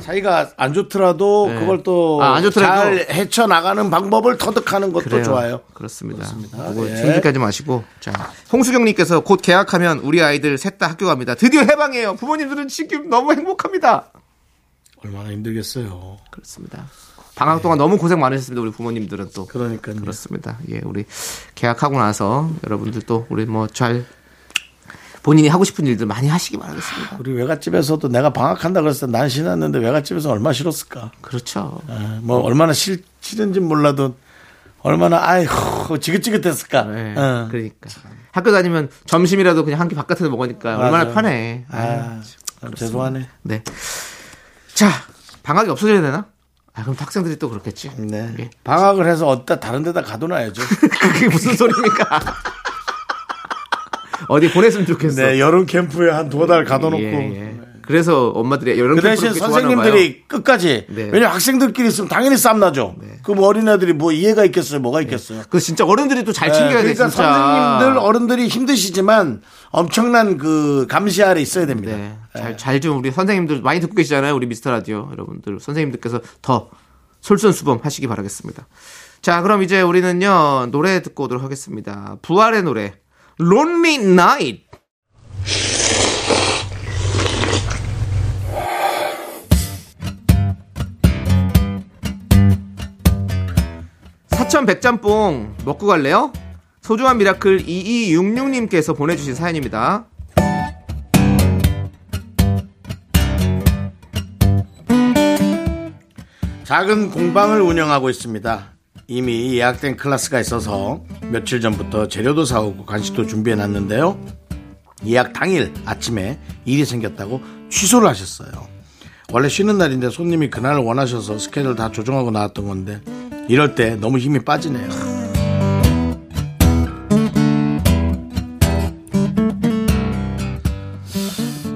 사이가 안 좋더라도
네.
그걸 또
아, 안
잘
좋더라도.
헤쳐 나가는 방법을 터득하는 것도
그래요.
좋아요.
그렇습니다.
그렇습니다.
그리고
예.
충직하지 마시고. 자, 홍수경님께서 곧 개학하면 우리 아이들 셋 다 학교 갑니다. 드디어 해방이에요. 부모님들은 지금 너무 행복합니다.
얼마나 힘들겠어요.
그렇습니다. 방학 동안 너무 고생 많으셨습니다. 우리 부모님들은 또
그러니까요.
그렇습니다. 예, 우리 개학하고 나서 여러분들 또 우리 뭐 잘 본인이 하고 싶은 일들 많이 하시기 바라겠습니다.
우리 외갓집에서도 내가 방학한다 그랬을 때 난 신났는데 외갓집에서 얼마나 싫었을까.
그렇죠.
아, 뭐 얼마나 싫, 싫은지 몰라도 얼마나 아이고 지긋지긋했을까.
예,
어.
그러니까 학교 다니면 점심이라도 그냥 한 끼 바깥에서 먹으니까 얼마나
맞아요.
편해.
아, 참 죄송하네.
네. 자, 방학이 없어져야 되나? 아, 그럼 또 학생들이 또 그렇겠지.
네.
예.
방학을 해서 어디다 다른 데다 가둬놔야죠.
그게 무슨 소리입니까? 어디 보냈으면 좋겠어.
네, 여름 캠프에 한 두 달 가둬놓고.
예, 예. 그래서 엄마들이 여름
그
캠프를
대신
그렇게 좋아하나 봐요.
선생님들이 끝까지
네.
왜냐면 학생들끼리 있으면 당연히 싸움 나죠. 그뭐 어린애들이 뭐 이해가 있겠어요, 뭐가 있겠어요.
그 진짜 어른들이 또 잘
예,
챙겨야 돼
그러니까
진짜.
선생님들 어른들이 힘드시지만 엄청난 그 감시 아래 있어야 됩니다. 예.
네. 잘 잘 좀 우리 선생님들 많이 듣고 계시잖아요. 우리 미스터 라디오 여러분들 선생님들께서 더 솔선수범 하시기 바라겠습니다. 자, 그럼 이제 우리는요. 노래 듣고 오도록 하겠습니다. 부활의 노래. Lonely Night. 삼천백짬뽕 먹고 갈래요? 소중한 미라클 2266님께서 보내주신 사연입니다.
작은 공방을 운영하고 있습니다. 이미 예약된 클래스가 있어서 며칠 전부터 재료도 사오고 간식도 준비해 놨는데요. 예약 당일 아침에 일이 생겼다고 취소를 하셨어요. 원래 쉬는 날인데 손님이 그날을 원하셔서 스케줄 다 조정하고 나왔던 건데 이럴 때 너무 힘이 빠지네요.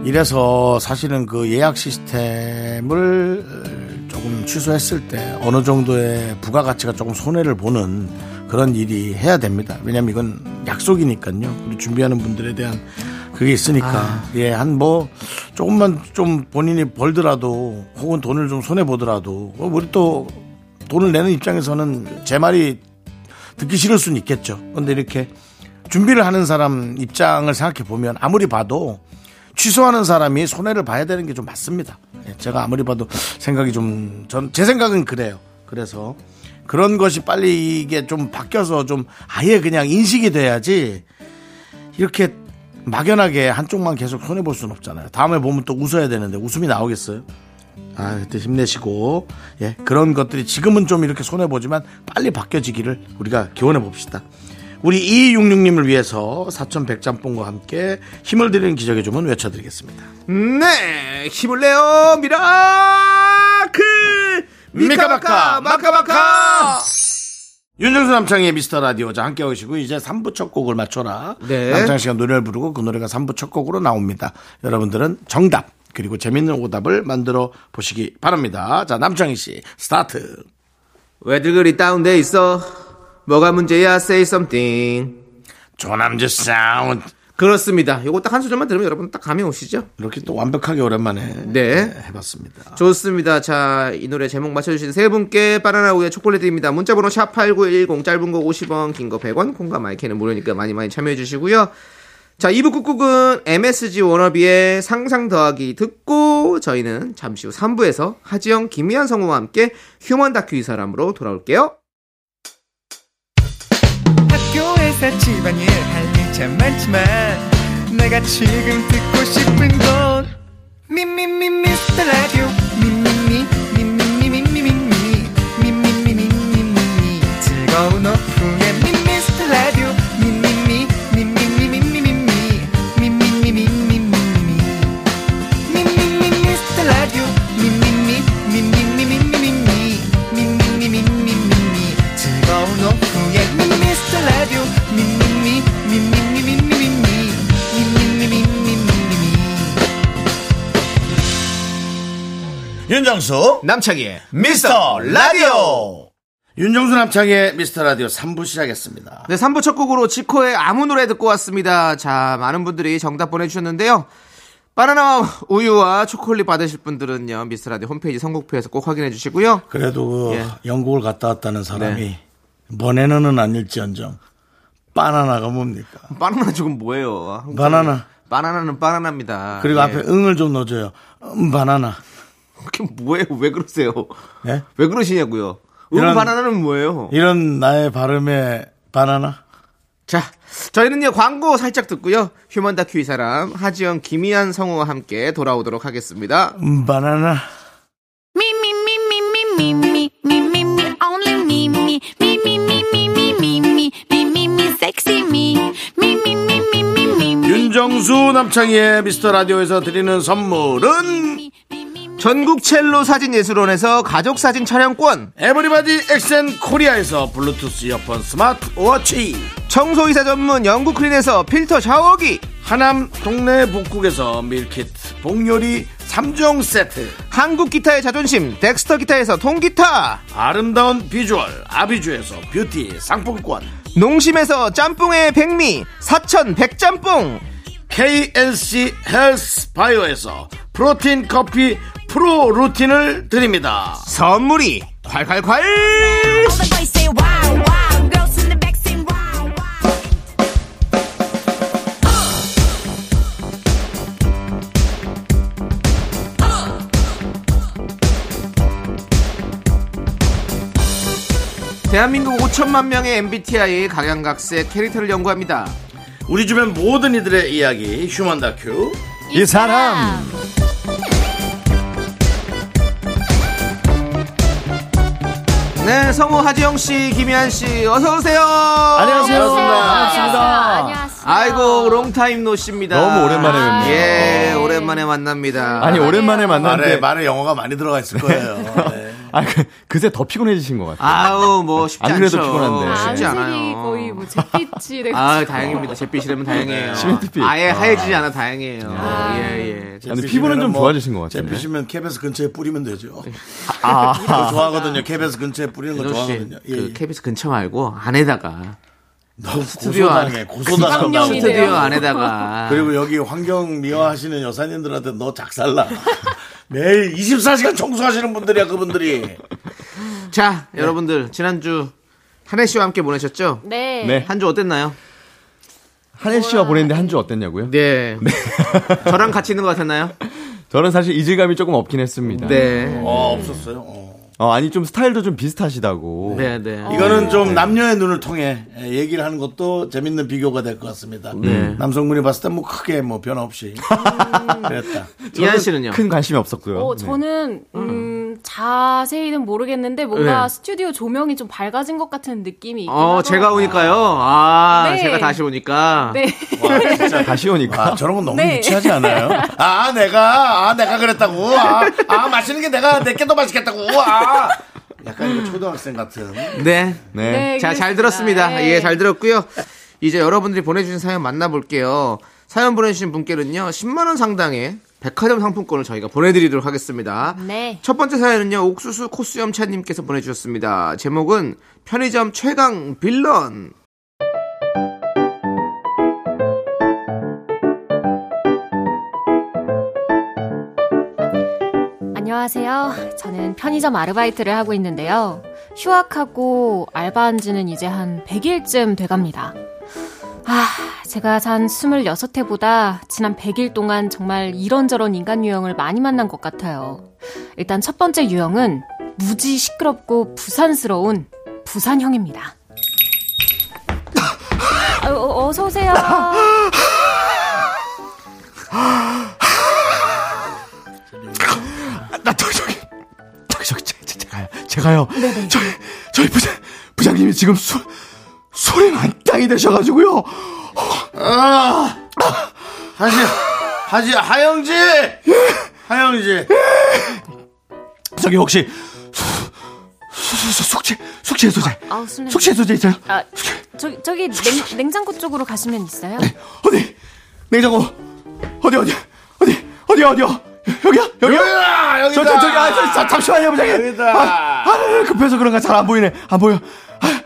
이래서 사실은 그 예약 시스템을 조금 취소했을 때 어느 정도의 부가가치가 조금 손해를 보는 그런 일이 해야 됩니다. 왜냐면 이건 약속이니까요. 우리 준비하는 분들에 대한 그게 있으니까 예 한 뭐 조금만 좀 본인이 벌더라도 혹은 돈을 좀 손해 보더라도 어, 우리 또 돈을 내는 입장에서는 제 말이 듣기 싫을 수는 있겠죠. 근데 이렇게 준비를 하는 사람 입장을 생각해 보면 아무리 봐도 취소하는 사람이 손해를 봐야 되는 게 좀 맞습니다. 예, 제가 아무리 봐도 생각이 좀 전 제 생각은 그래요. 그래서 그런 것이 빨리 이게 좀 바뀌어서 좀 아예 그냥 인식이 돼야지 이렇게 막연하게 한쪽만 계속 손해 볼 수는 없잖아요. 다음에 보면 또 웃어야 되는데 웃음이 나오겠어요? 아, 그때 힘내시고 예, 그런 것들이 지금은 좀 이렇게 손해 보지만 빨리 바뀌어지기를 우리가 기원해 봅시다. 우리 2266님을 위해서 4,100짬뽕과 함께 힘을 드리는 기적의 주문 외쳐드리겠습니다.
네, 힘을 내요 미라클 미카마카 마카마카.
윤정수 남창의 미스터 라디오자 함께 오시고 이제 3부 첫 곡을 맞춰라.
네.
남창 씨가 노래를 부르고 그 노래가 3부 첫 곡으로 나옵니다. 여러분들은 정답 그리고 재밌는 오답을 만들어 보시기 바랍니다. 자, 남창희 씨 스타트.
왜들 그리 다운돼 있어? 뭐가 문제야? Say something.
조남주 사운드.
그렇습니다. 요거 딱 한 소절만 들으면 여러분 딱 감이 오시죠?
이렇게 또 완벽하게 오랜만에
네.
네, 해봤습니다.
좋습니다. 자, 이 노래 제목 맞춰주신 세 분께 바나나 우유 초콜릿 드립니다. 문자번호 샵8910, 짧은 거 50원, 긴 거 100원, 콩과 마이크는 무료니까 많이 많이 참여해주시고요. 자, 2부 꾹꾹은 MSG 워너비의 상상 더하기 듣고, 저희는 잠시 후 3부에서 하지영, 김희한 성우와 함께 휴먼 다큐 이 사람으로 돌아올게요.
학교에서 집안일 할 일 참 많지만 내가 지금 듣고 싶은 건 미미미 미스터 라디오 미미미 미미미 미미미 미미미 미미미 즐거운 오후에 미스터 라디오 미미미 미미미 미미미 미미미 미미미
윤정수
남창희의
미스터 라디오. 윤정수 남창의 미스터 라디오 3부 시작했습니다.
네, 3부 첫 곡으로 지코의 아무 노래 듣고 왔습니다. 자, 많은 분들이 정답 보내주셨는데요. 바나나 우유와 초콜릿 받으실 분들은요, 미스라디 홈페이지 선곡표에서 꼭 확인해 주시고요.
그래도 그
예.
영국을 갔다 왔다는 사람이 번에너는 아닐지언정 바나나가 뭡니까?
바나나 지금 뭐예요? 한국
바나나.
바나나는 바나나입니다.
그리고
예.
앞에 응을 좀 넣어줘요. 음, 바나나.
그게 뭐예요? 왜 그러세요?
예?
왜 그러시냐고요? 음,
이런-
바나나는 뭐예요?
이런 나의 발음에 바나나.
자, 저희는요, 광고 살짝 듣고요. 휴먼 다큐 이 사람, 하지영, 김희한 성우와 함께 돌아오도록 하겠습니다.
음, 바나나.
Me, me, me, me, me, me, me, me, me, me, only me, me, me, me, me, me, me, me, me, me, me, me, sexy me, me, me, me, me, me, me, me,
윤정수 남창희의 미스터 라디오에서 드리는 선물은
전국 첼로 사진 예술원에서 가족 사진 촬영권.
에브리바디 엑센 코리아에서 블루투스 이어폰 스마트 워치.
청소이사 전문 영국 클린에서 필터 샤워기
하남 동네 북국에서 밀키트, 복요리 3종 세트.
한국 기타의 자존심 덱스터 기타에서 통기타
아름다운 비주얼 아비주에서 뷰티 상품권.
농심에서 짬뽕의 백미 사천 백짬뽕
KNC 헬스 바이오에서 프로틴 커피 프로 루틴을 드립니다.
선물이 콸콸콸
All the boys say wow, wow, girls in the back say wow, wow.
대한민국 5천만 명의 MBTI 각양각색 캐릭터를 연구합니다.
우리 주변 모든 이들의 이야기 휴먼 다큐
이 사람
네, 성우 하지영 씨, 김희한 씨, 어서 오세요. 안녕하세요.
반갑습니다.
아이고, 롱타임 노씨입니다.
너무 오랜만에 뵙네요.
예, 오랜만에 만납니다.
아니 오랜만에
네.
말에
만났는데
말에 영어가 많이 들어가 있을 거예요. 네.
아, 그, 그새 더 피곤해지신 것 같아요.
아우, 뭐 쉽지
안 그래도
않죠.
피곤한데.
쉽지
안색이
않아요.
거의 뭐 잿빛이 되고
아, 다행입니다. 잿빛이라면
네.
다행이에요.
시멘트빛.
아예 하얘지지 않아 다행이에요. 예, 예.
아니, 피부는 좀
뭐
좋아지신 것 같아요.
잼피시면 KBS 근처에 뿌리면 되죠.
아,
그거 좋아하거든요. KBS 근처에 뿌리는 거
윤호 네. 씨,
좋아하거든요. 예,
그
예.
KBS 근처 말고 안에다가
너무
스튜디오
고소당해.
안-
고소당한다고.
깜냥이네요.
스튜디오 아. 안에다가
그리고 여기 환경 미화하시는 여사님들한테 너 작살나. 매일 24시간 청소하시는 분들이야 그분들이.
자, 여러분들 지난주 한혜 씨와 함께 보내셨죠?
네.
네.
한 주 어땠나요?
한혜 씨와 보냈는데 한 주 어땠냐고요?
네. 저랑 같이 있는 것 같았나요?
저는 사실 이질감이 조금 없긴 했습니다.
네.
어 없었어요. 어.
어, 아니 좀 스타일도 좀 비슷하시다고.
네, 네.
이거는 좀 남녀의 눈을 통해 예, 얘기를 하는 것도 재밌는 비교가 될 것 같습니다. 남성분이 봤을 때 뭐 크게 뭐 변화 없이 그랬다.
이한 씨는요?
큰 관심이 없었고요.
어,
네.
저는 음, 자세히는 모르겠는데
네.
뭔가 스튜디오 조명이 좀 밝아진 것 같은 느낌이
그
있긴
어,
하더라고요.
제가 오니까요. 아,
네.
제가 다시 오니까.
네.
와, 진짜
다시 오니까
아, 저런 건 너무
네.
유치하지 않아요? 아, 내가, 아, 내가 그랬다고. 아, 아 맛있는 게 내가, 내게 더 맛있겠다고. 아. 약간 이거 초등학생 같은.
네.
네.
네,
자, 잘
그렇습니다.
들었습니다.
네.
예, 잘 들었고요. 이제 여러분들이 보내주신 사연 만나볼게요. 사연 보내주신 분께는요, 10만원 상당의 백화점 상품권을 저희가 보내드리도록 하겠습니다.
네.
첫 번째 사연은요, 옥수수 코스염차님께서 보내주셨습니다. 제목은 편의점 최강 빌런.
안녕하세요. 저는 편의점 아르바이트를 하고 있는데요. 휴학하고 알바한 지는 이제 한 100일쯤 돼갑니다. 아, 제가 산 26회보다 지난 100일 동안 정말 이런저런 인간 유형을 많이 만난 것 같아요. 일단 첫 번째 유형은 무지 시끄럽고 부산스러운 부산형입니다. 아유, 어, 어서오세요.
나 저기 저기 저기 저기 제, 제, 제가요 제가요 저희 저희 부장 부장님이 지금 소, 소리 만땅이 되셔가지고요
아, 다시, 다시, 하영지! 하영지.
저기 혹시 수, 수, 수, 숙취 숙취 해소제
아우, 술 냄새.
숙취 해소제 있어요
아, 저기, 저기 냉, 냉장고 쪽으로 가시면 있어요?
어디 냉장고 어디 어디 어디 어디 어디요 여기요 여기요
여기다! 여기다!
저, 저, 저기, 아, 저, 저, 잠시만요, 부장님.
여기다.
아, 아, 급해서 그런가 잘 안 보이네. 안 보여. 아,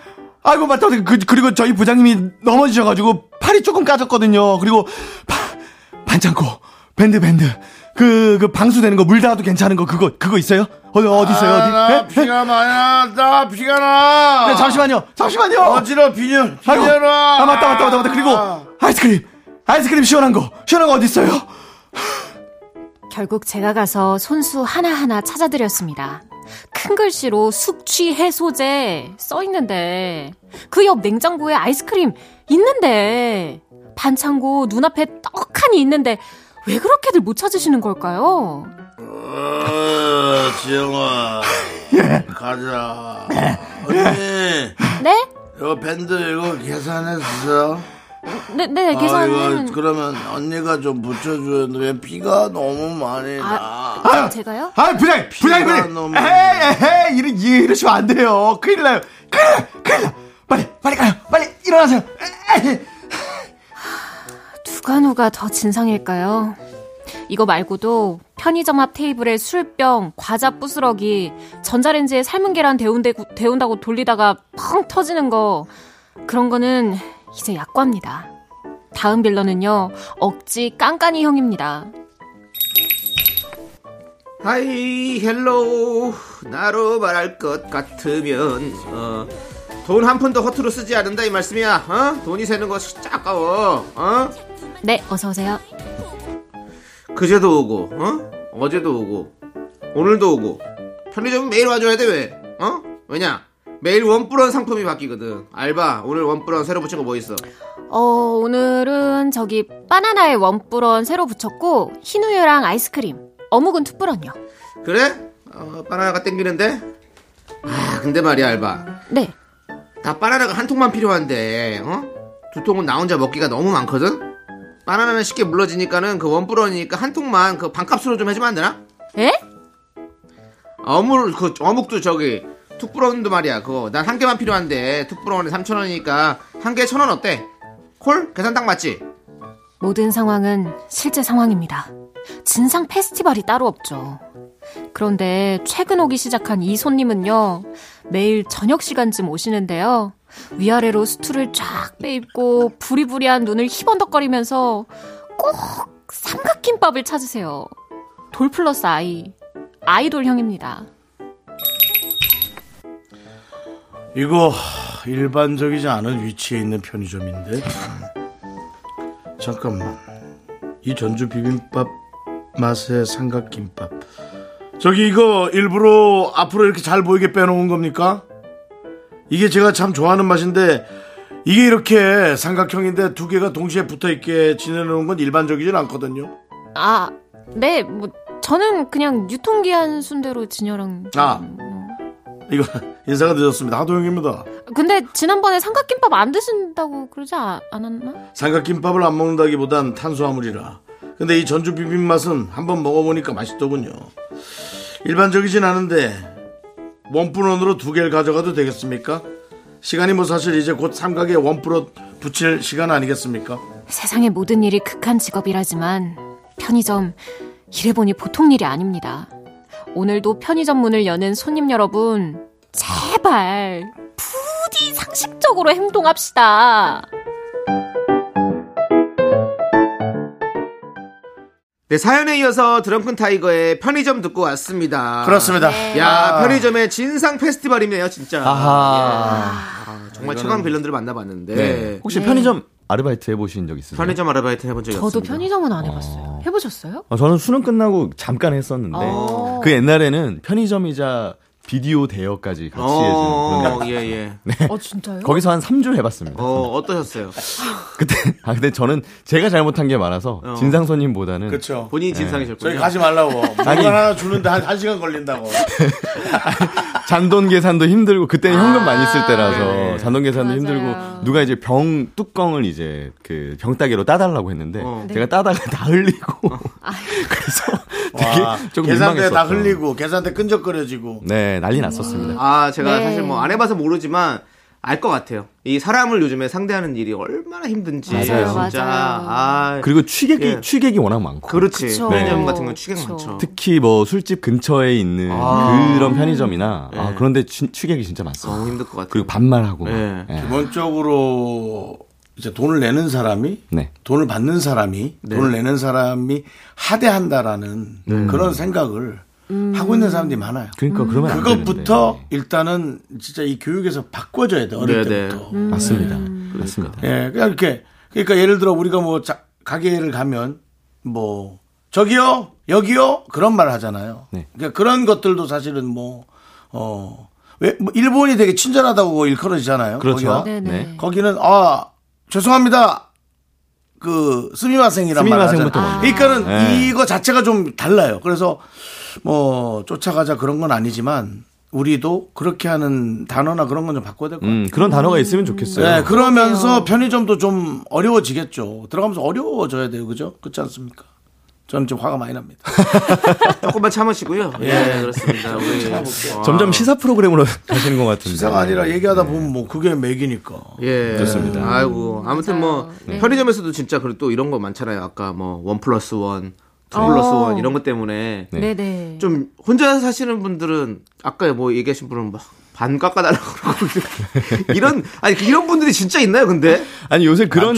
아이고, 맞다. 그, 그리고 저희 부장님이 넘어지셔가지고 팔이 조금 까졌거든요. 그리고 바, 반창고, 밴드, 밴드. 그, 그 방수되는 거, 물 닿아도 괜찮은 거, 그거, 그거 있어요? 어디, 어디 있어요?
아, 나
어디? 예? 예?
피가 많이 났다, 피가 나.
네, 잠시만요. 잠시만요.
어지러, 비녀,
아이고,
비녀라. 어,
아, 맞다, 맞다, 맞다, 맞다. 그리고 아이스크림. 아이스크림 시원한 거. 시원한 거 어디 있어요?
결국 제가 가서 손수 하나하나 찾아드렸습니다. 큰 글씨로 숙취 해소제 써 있는데, 그 옆 냉장고에 아이스크림 있는데, 반창고 눈앞에 떡하니 있는데, 왜 그렇게들 못 찾으시는 걸까요?
어, 지영아.
예.
가자. 언니.
네?
이거 밴드 이거 계산해 주세요.
네, 네,
아, 이거
계산은.
그러면 언니가 좀 붙여줘야 돼. 왜 피가 너무 많이 나.
아,
아유.
그-
제가요?
아, 부장님, 부장님,
너무-
부장님. 에이, 에이, 이러, 이- 이러시면 안 돼요. 큰일 나요. 큰일 나요. 큰일 나. 빨리, 빨리 가요. 빨리 일어나세요. 에이.
누가 누가 더 진상일까요? 이거 말고도 편의점 앞 테이블에 술병, 과자 부스러기, 전자레인지에 삶은 계란 데운데, 데운다고 돌리다가 펑 터지는 거 그런 거는 이제 약과입니다. 다음 빌런은요 억지 깐깐이 형입니다.
하이 헬로우 나로 말할 것 같으면 어, 돈 한 푼도 허투루 쓰지 않는다 이 말씀이야 어? 돈이 새는 거 진짜 아까워 어?
네 어서 오세요.
그제도 오고 어? 제도 오고 오늘도 오고 편의점은 매일 와줘야 돼 왜? 어? 왜냐 매일 원뿔원 상품이 바뀌거든. 알바, 오늘 원뿔원 새로 붙인 거 뭐 있어?
어, 오늘은 저기 바나나에 원뿔원 새로 붙였고 흰 우유랑 아이스크림, 어묵은 투뿔원요.
그래? 어, 바나나가 땡기는데? 아, 근데 말이야, 알바.
네.
나 바나나가 한 통만 필요한데, 어? 두 통은 나 혼자 먹기가 너무 많거든? 바나나는 쉽게 물러지니까는 그 원뿔원이니까 한 통만 그 반값으로 좀 해주면 안 되나?
에?
어묵, 그, 어묵도 저기, 툭불원도 말이야, 그거. 난 한 개만 필요한데, 툭불원에 3,000원이니까, 한 개에 1,000원 어때? 콜? 계산 딱 맞지?
모든 상황은 실제 상황입니다. 진상 페스티벌이 따로 없죠. 그런데 최근 오기 시작한 이 손님은요, 매일 저녁 시간쯤 오시는데요. 위아래로 수트를 쫙 빼입고 부리부리한 눈을 희번덕거리면서 꼭 삼각김밥을 찾으세요. 돌 플러스 아이, 아이돌형입니다.
이거 일반적이지 않은 위치에 있는 편의점인데 잠깐만 이 전주 비빔밥 맛의 삼각김밥 저기 이거 일부러 앞으로 이렇게 잘 보이게 빼놓은 겁니까? 이게 제가 참 좋아하는 맛인데 이게 이렇게 삼각형인데 두 개가 동시에 붙어있게 지내놓은 건 일반적이진 않거든요
아, 네, 뭐, 저는 그냥 유통기한 순대로 진열한.
아 이거 인사가 늦었습니다 하도영입니다
근데 지난번에 삼각김밥 안 드신다고 그러지 아- 않았나?
삼각김밥을 안 먹는다기보단 탄수화물이라. 근데 이 전주 비빔 맛은 한번 먹어보니까 맛있더군요. 일반적이진 않은데 원뿔원으로 두 개를 가져가도 되겠습니까? 시간이 뭐 사실 이제 곧 삼각에 원뿔원 붙일 시간 아니겠습니까?
세상의 모든 일이 극한 직업이라지만 편의점 일해보니 보통 일이 아닙니다. 오늘도 편의점 문을 여는 손님 여러분, 제발 부디 상식적으로 행동합시다.
네, 사연에 이어서 드렁큰 타이거의 편의점 듣고 왔습니다.
그렇습니다.
야,
아.
편의점의 진상 페스티벌이네요, 진짜.
아하.
예. 아, 정말
이거는-
최강 빌런들을 만나봤는데.
네. 혹시 편의점 아르바이트 해보신 적 있으세요?
편의점 아르바이트 해본 적이
저도
없어요.
편의점은 안 해봤어요. 해보셨어요?
아, 저는 수능 끝나고 잠깐
네.
했었는데
어.
그 옛날에는 편의점이자 비디오 대여까지 같이 해주는 그런 거.
어, 예, 예.
어, 진짜요?
거기서 한 3주 해봤습니다.
어, 어떠셨어요?
그때 아 근데 저는 제가 잘못한 게 많아서
어.
진상 손님보다는
그쵸.
본인이
예.
진상이셨군요.
저희 가지 말라고. 물건
아니.
하나 그렇죠. 주는데 한, 한 시간 걸린다고.
잔돈 계산도 힘들고 그때는 현금 많이 쓸 때라서
아,
네네.
잔돈 계산도 힘들고 누가 이제 병 뚜껑을 이제 그 병따개로 따달라고 했는데
어.
제가 따다가 다 흘리고 그래서
아. 와,
되게 조금
계산대 다
민망했었죠.
흘리고 계산대 끈적거려지고.
네 난리 났었습니다.
아, 제가
네.
사실 뭐 안 해봐서 모르지만 알 것 같아요. 이 사람을 요즘에 상대하는 일이 얼마나 힘든지.
네,
맞아요.
진짜.
맞아요.
아,
그리고 취객이
예.
취객이 워낙 많고
그렇지.
네.
편의점 같은 건 취객 많죠.
특히 뭐 술집 근처에 있는
아.
그런 편의점이나
예.
아, 그런데 취, 취객이 진짜 많습니다.
어.
너무 힘들 것 같아요.
그리고 반말하고 막. 예.
기본적으로 이제 돈을 내는 사람이
네.
돈을 받는 사람이
네.
돈을 내는 사람이 하대한다라는 그런 생각을 하고 있는 사람들이 많아요.
그러니까 그러면 안 네,
그것부터 일단은 진짜 이 교육에서 바꿔줘야 돼 어릴
네.
때부터.
맞습니다. 맞습니다.
예, 그냥 이렇게 그러니까 예를 들어 우리가 뭐 자- 가게를 가면 뭐 저기요 여기요 그런 말 하잖아요. 그러니까 그런 것들도 사실은 뭐, 뭐어 왜, 뭐 일본이 되게 친절하다고 일컬어지잖아요.
그렇죠.
거기가.
네네. 네.
거기는 아 죄송합니다. 그 스미마생이란 뭐 말을 하잖아요.
스미마생부터 먼저.
그러니까는
네.
이거 자체가 좀 달라요. 그래서 뭐 쫓아가자 그런 건 아니지만 우리도 그렇게 하는 단어나 그런 건 좀 바꿔야 될 것 같아요.
음, 그런 단어가 있으면 좋겠어요.
네, 그러면서 편의점도 좀 어려워지겠죠. 들어가면서 어려워져야 돼요, 그죠? 그렇지 않습니까? 저는 좀 화가 많이 납니다.
조금만 참으시고요. 예,
예.
그렇습니다. 우리
참아볼게요.
와.
점점 시사 프로그램으로 가시는 것 같은데.
시사가 아니라 얘기하다 보면 뭐 그게 맥이니까.
예.
그렇습니다.
아이고. 아무튼 뭐
네.
편의점에서도 진짜 그리고 또 이런 거 많잖아요. 아까 뭐 원 플러스 원, 투
어.
플러스 원 이런 것 때문에
네. 네
좀 혼자 사시는 분들은 아까 뭐 얘기하신 분은 막 반 깎아달라고 그러고 이런 아니 이런 분들이 진짜 있나요? 근데
아니 요새 그런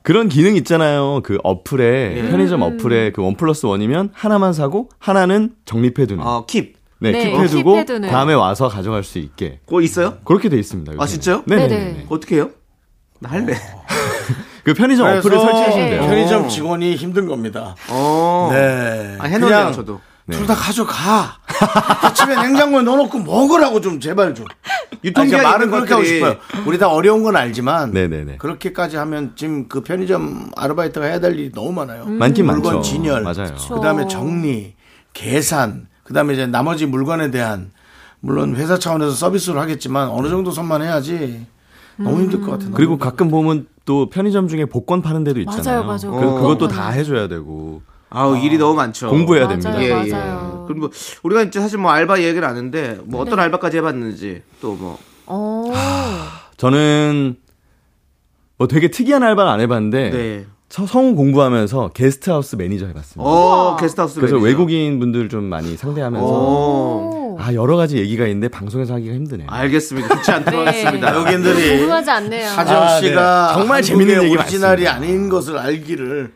그런 기능 있잖아요. 그 어플에
예.
편의점 어플에 그 원 플러스 원이면 하나만 사고 하나는 적립해두는.
아,
킵.
네,
네,
킵해두고
킵해두는.
다음에 와서 가져갈 수 있게.
그거 뭐 있어요?
그렇게 돼 있습니다. 요새는.
아 진짜요?
네, 네. 네.
어떻게 해요? 나 할래.
그 편의점 어플을
그래서
설치하시면 돼요.
편의점 직원이 힘든 겁니다. 네.
아, 해놓으려고
그냥
저도.
네. 둘 다 가져가. 집에 냉장고에 넣어놓고 먹으라고 좀 아, 제발 좀.
유통기한
아니, 그러니까 말은
있는
그렇게 네, 하고
것들이-
싶어요. 우리 다 어려운 건 알지만
네,
그렇게까지 하면 지금 그 편의점 아르바이트가 해야 될 일이 너무 많아요.
음. 많긴 많죠.
물건 진열,
맞아요. 그쵸.
그다음에 정리, 계산, 그다음에 이제 나머지 물건에 대한 물론 회사 차원에서 서비스를 하겠지만 어느 정도 선만 해야지 너무 힘들 것 같아요.
그리고 가끔 보면 또 편의점 중에 복권 파는 데도 있잖아요.
맞아요, 맞아요.
그,
어.
그것도 다 해줘야 되고.
아우 일이 너무 많죠.
공부해야 됩니다.
예, 예. 그리고 뭐 우리가 이제 사실 뭐 알바 얘기를 안 했는데 뭐 어떤
네.
알바까지 해봤는지 또 뭐.
어.
아,
저는 뭐 되게 특이한 알바를 안 해봤는데
네.
서- 성우 공부하면서 게스트하우스 매니저 해봤습니다.
어 게스트하우스
그래서
매니저. 어.
외국인 분들 좀 많이 상대하면서
오.
아 여러 가지 얘기가 있는데 방송에서 하기가 힘드네요.
아, 알겠습니다. 좋지 않도록
네.
하겠습니다.
여기들이
궁금하지 않네요.
하지영 씨가
아, 네. 정말
한국의
재밌는 얘기
오리지널이 아닌 것을 알기를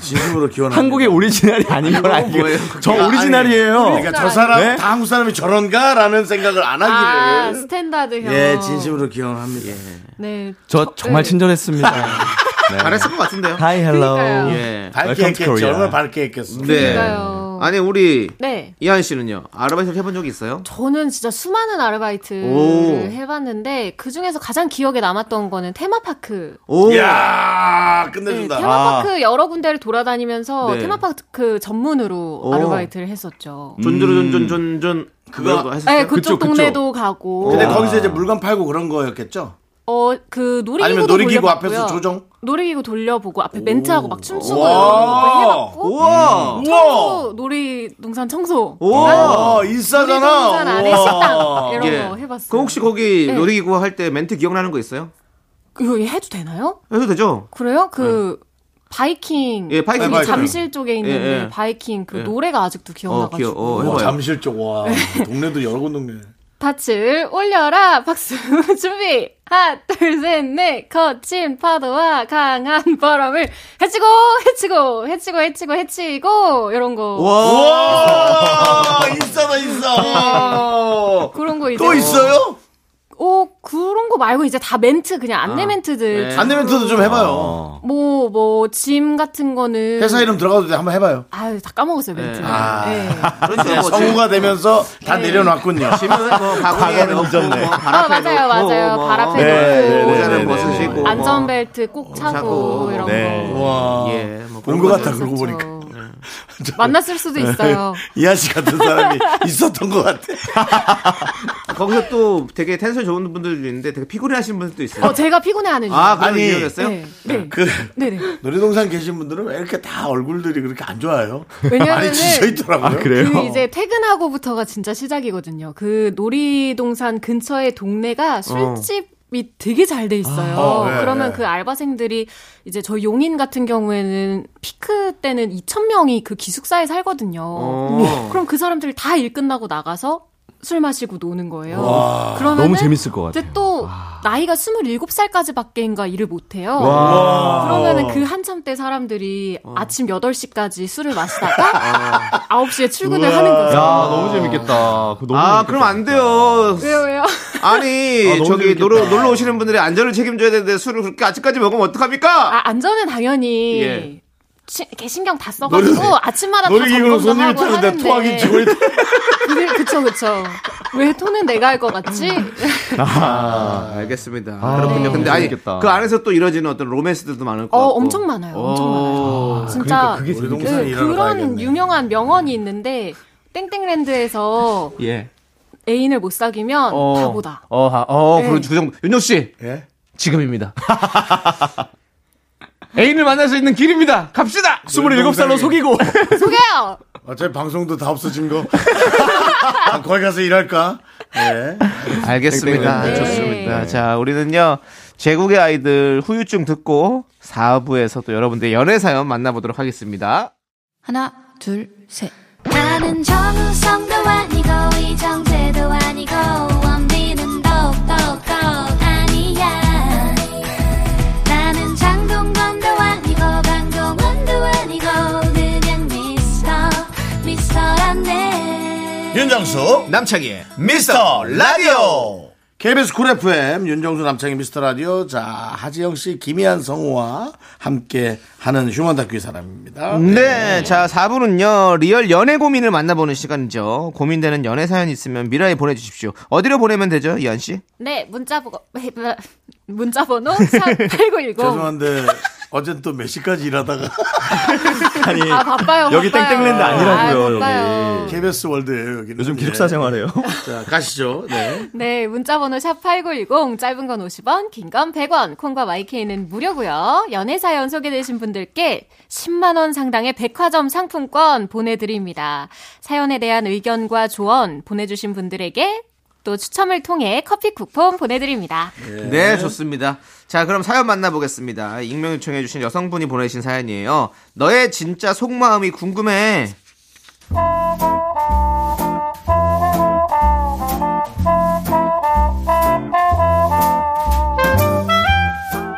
진심으로 기원합니다.
한국의 오리지널이 아닌 걸 알고 저 오리지널이에요.
아니, 그러니까 저 사람
네?
다 한국 사람이 저런가라는 생각을 안
아,
하기를
스탠다드형.
예 진심으로 기원합니다.
네.
저 정말
네.
친절했습니다. 네.
잘했을 것 같은데요.
Hi, hello.
그러니까요.
예.
밝게 했겠죠. 얼마나 밝게 했겠어.
네.
그러니까요.
아니 우리
네.
이한 씨는요 아르바이트를 해본 적이 있어요?
저는 진짜 수많은 아르바이트를
오.
해봤는데 그 중에서 가장 기억에 남았던 거는 테마파크.
오.
야 아, 끝내준다.
네, 테마파크 여러 군데를 돌아다니면서
아. 네.
테마파크 전문으로
오.
아르바이트를 했었죠.
음.
존존존존존 그거 하셨어요?
네, 그쪽, 동네도 가고.
근데 거기서 이제 물건 팔고 그런 거였겠죠.
어, 그 놀이기구도
아니면 놀이기구
돌려봤고요.
앞에서 조종?
놀이기구 돌려보고 앞에 멘트하고 막 춤추고
우와.
이런 거 해봤고.
우와.
음, 청소 놀이동산 청소.
우와,
그다음에
인싸잖아.
놀이동산 안에
우와.
식당 이런
예.
거 해봤어요.
그럼 혹시 거기
네.
놀이기구 할 때 멘트 기억나는 거 있어요?
이거 해도 되나요?
해도 되죠?
그래요? 그
네.
바이킹,
예, 바이킹
저기
있어요.
잠실 쪽에 있는
예, 예.
바이킹 그
예.
노래가 아직도 기억나가지고
어,
예.
어,
해봐요.
잠실 쪽 와. 동네도 여러 군 동네.
밭을 올려라 박수 준비 하나 둘셋넷 거친 파도와 강한 바람을 해치고 해치고 해치고 해치고 해치고 이런 거
와 인싸다 인싸.
그런 거 이제
또 있어요?
오 그런 거 말고 이제 다 멘트 그냥 안내 멘트들
예.
주로
안내 멘트도 좀 해봐요.
뭐, 뭐, 짐 같은 거는.
회사 이름 들어가도 돼. 한번 해봐요.
아유, 다 까먹었어요, 멘트. 네.
아.
그렇죠. 뭐
성우가 되면서 다
네.
내려놨군요.
지금은 뭐 가구에
과거는
넣고
잊었네.
뭐
아,
바람에
맞아요,
넣고
맞아요.
뭐
발
네,
앞에
네, 네,
놓고.
네,
모자는
네.
벗으시고 뭐.
안전벨트 꼭 차고,
차고.
이런
네.
거.
어.
와.
예, 뭐
본
그런
것
거
같다 그러고 보니까.
그렇죠. 네. 만났을 수도 있어요.
이한 씨 같은 사람이 있었던 것 같아.
거기서 또 되게 텐션 좋은 분들도 있는데 되게 피곤해 하시는 분들도 있어요.
어, 제가 피곤해하는 이유.
네. 아, 그런
아니.
이유였어요?
네. 네.
그
네네.
놀이동산 계신 분들은 왜 이렇게 다 얼굴들이 그렇게 안 좋아요?
왜냐면은
많이 지쳐 있더라고요.
아, 그래요?
그 이제 퇴근하고부터가 진짜 시작이거든요. 그 놀이동산 근처의 동네가 술집 이 되게 잘 돼 있어요.
어, 네,
그러면
네.
그 알바생들이 이제 저희 용인 같은 경우에는 피크 때는 2,000명이 그 기숙사에 살거든요.
어.
그럼 그 사람들 다 일 끝나고 나가서 술 마시고 노는 거예요.
와,
그러면은
너무 재밌을 것 같아요.
근데 또 나이가 27살까지밖에인가 일을 못 해요.
와.
그러면은 그 한참 때 사람들이
어.
아침 8시까지 술을
아.
마시다가 9시에 출근을 하는 거죠.
야 너무 재밌겠다. 그거 너무
아,
재밌겠다.
그럼 안 돼요.
왜요, 왜요?
아니,
아, 너무
저기
재밌겠다.
놀러, 놀러 오시는 분들이 안전을 책임져야 되는데 술을 그렇게 아침까지 먹으면 어떡합니까?
아, 안전은 당연히
예.
시- 이렇게 신경 다 써가지고 아침마다 다
놀이기구로
점검 좀
손님이
하고
타는데
하는데
토하기 지고 있다.
근데 그쵸 그쵸 왜 토는 내가 할 것 같지?
음.
아, 알겠습니다. 그렇군요.
네.
근데 아니,
재밌겠다.
그 안에서 또 이뤄지는 어떤 로맨스들도 많을 것
어
같고.
엄청 많아요 엄청
어.
많아요
그러니까
진짜
그게 재밌겠다.
놀이동산에
네,
일하러
그런
가야겠네.
유명한 명언이 있는데 땡땡랜드에서
예.
애인을 못 사귀면
어.
바보다
어, 아, 어,
네.
그런 그 정도. 윤정 씨,
예?
지금입니다. 애인을 만날 수 있는 길입니다. 갑시다.
27살로 속이고
소개요
어차피 아, 방송도 다 없어진 거. 아, 거기 가서 일할까? 예.
알겠습니다.
네.
좋습니다. 자, 우리는요. 제국의 아이들 후유증 듣고 4부에서 또 여러분들의 연애 사연 만나보도록 하겠습니다.
하나, 둘, 셋. 나는 정우성도 아니고, 이정재도 아니고, 원빈은 더욱더 아니야. 나는 장동건도 아니고, 강동원도 아니고, 그냥 미스터, 미스터란데.
윤정수
남창희의
미스터 라디오 KBS 쿨 FM 윤정수 남창희 미스터 라디오 자 하지영 씨 김희한 성우와 함께 하는 휴먼 다큐 이 사람입니다.
네. 자, 4부는요, 리얼 연애 고민을 만나보는 시간이죠. 고민되는 연애 사연 있으면 미라에 보내주십시오. 어디로 보내면 되죠, 이한씨?
네, 문자 보 문자 번호 샵 8910.
죄송한데 어젠 또 몇 시까지 일하다가 아니
아, 바빠요, 여기 바빠요. 땡땡랜드 아니라고요, 아, 바빠요.
여기 KBS 네. 월드예요 여기는 네.
요즘 기숙사 생활해요.
자 가시죠. 네.
네, 문자 번호 샵 8910 짧은 건 50원, 긴 건 100원. 콩과 YK는 무료고요. 연애 사연 소개되신 분들께 10만 원 상당의 백화점 상품권 보내 드립니다. 사연에 대한 의견과 조언 보내 주신 분들에게 또 추첨을 통해 커피 쿠폰 보내 드립니다.
네. 좋습니다. 자, 그럼 사연 만나보겠습니다. 익명 요청해주신 여성분이 보내신 사연이에요. 너의 진짜 속마음이 궁금해.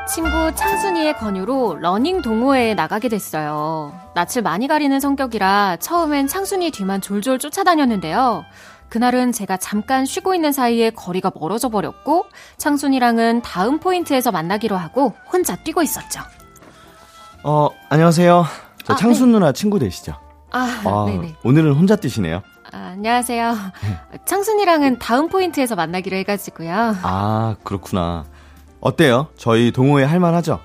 친구 창순이의 권유로 러닝 동호회에 나가게 됐어요. 낯을 많이 가리는 성격이라 처음엔 창순이 뒤만 졸졸 쫓아다녔는데요. 그날은 제가 잠깐 쉬고 있는 사이에 거리가 멀어져 버렸고 창순이랑은 다음 포인트에서 만나기로 하고 혼자 뛰고 있었죠.
어, 안녕하세요. 저
아,
창순
네.
누나 친구 되시죠?
아, 네네.
오늘은 혼자 뛰시네요.
아, 안녕하세요. 창순이랑은 다음 포인트에서 만나기로 해가지고요.
아, 그렇구나. 어때요? 저희 동호회 할만하죠?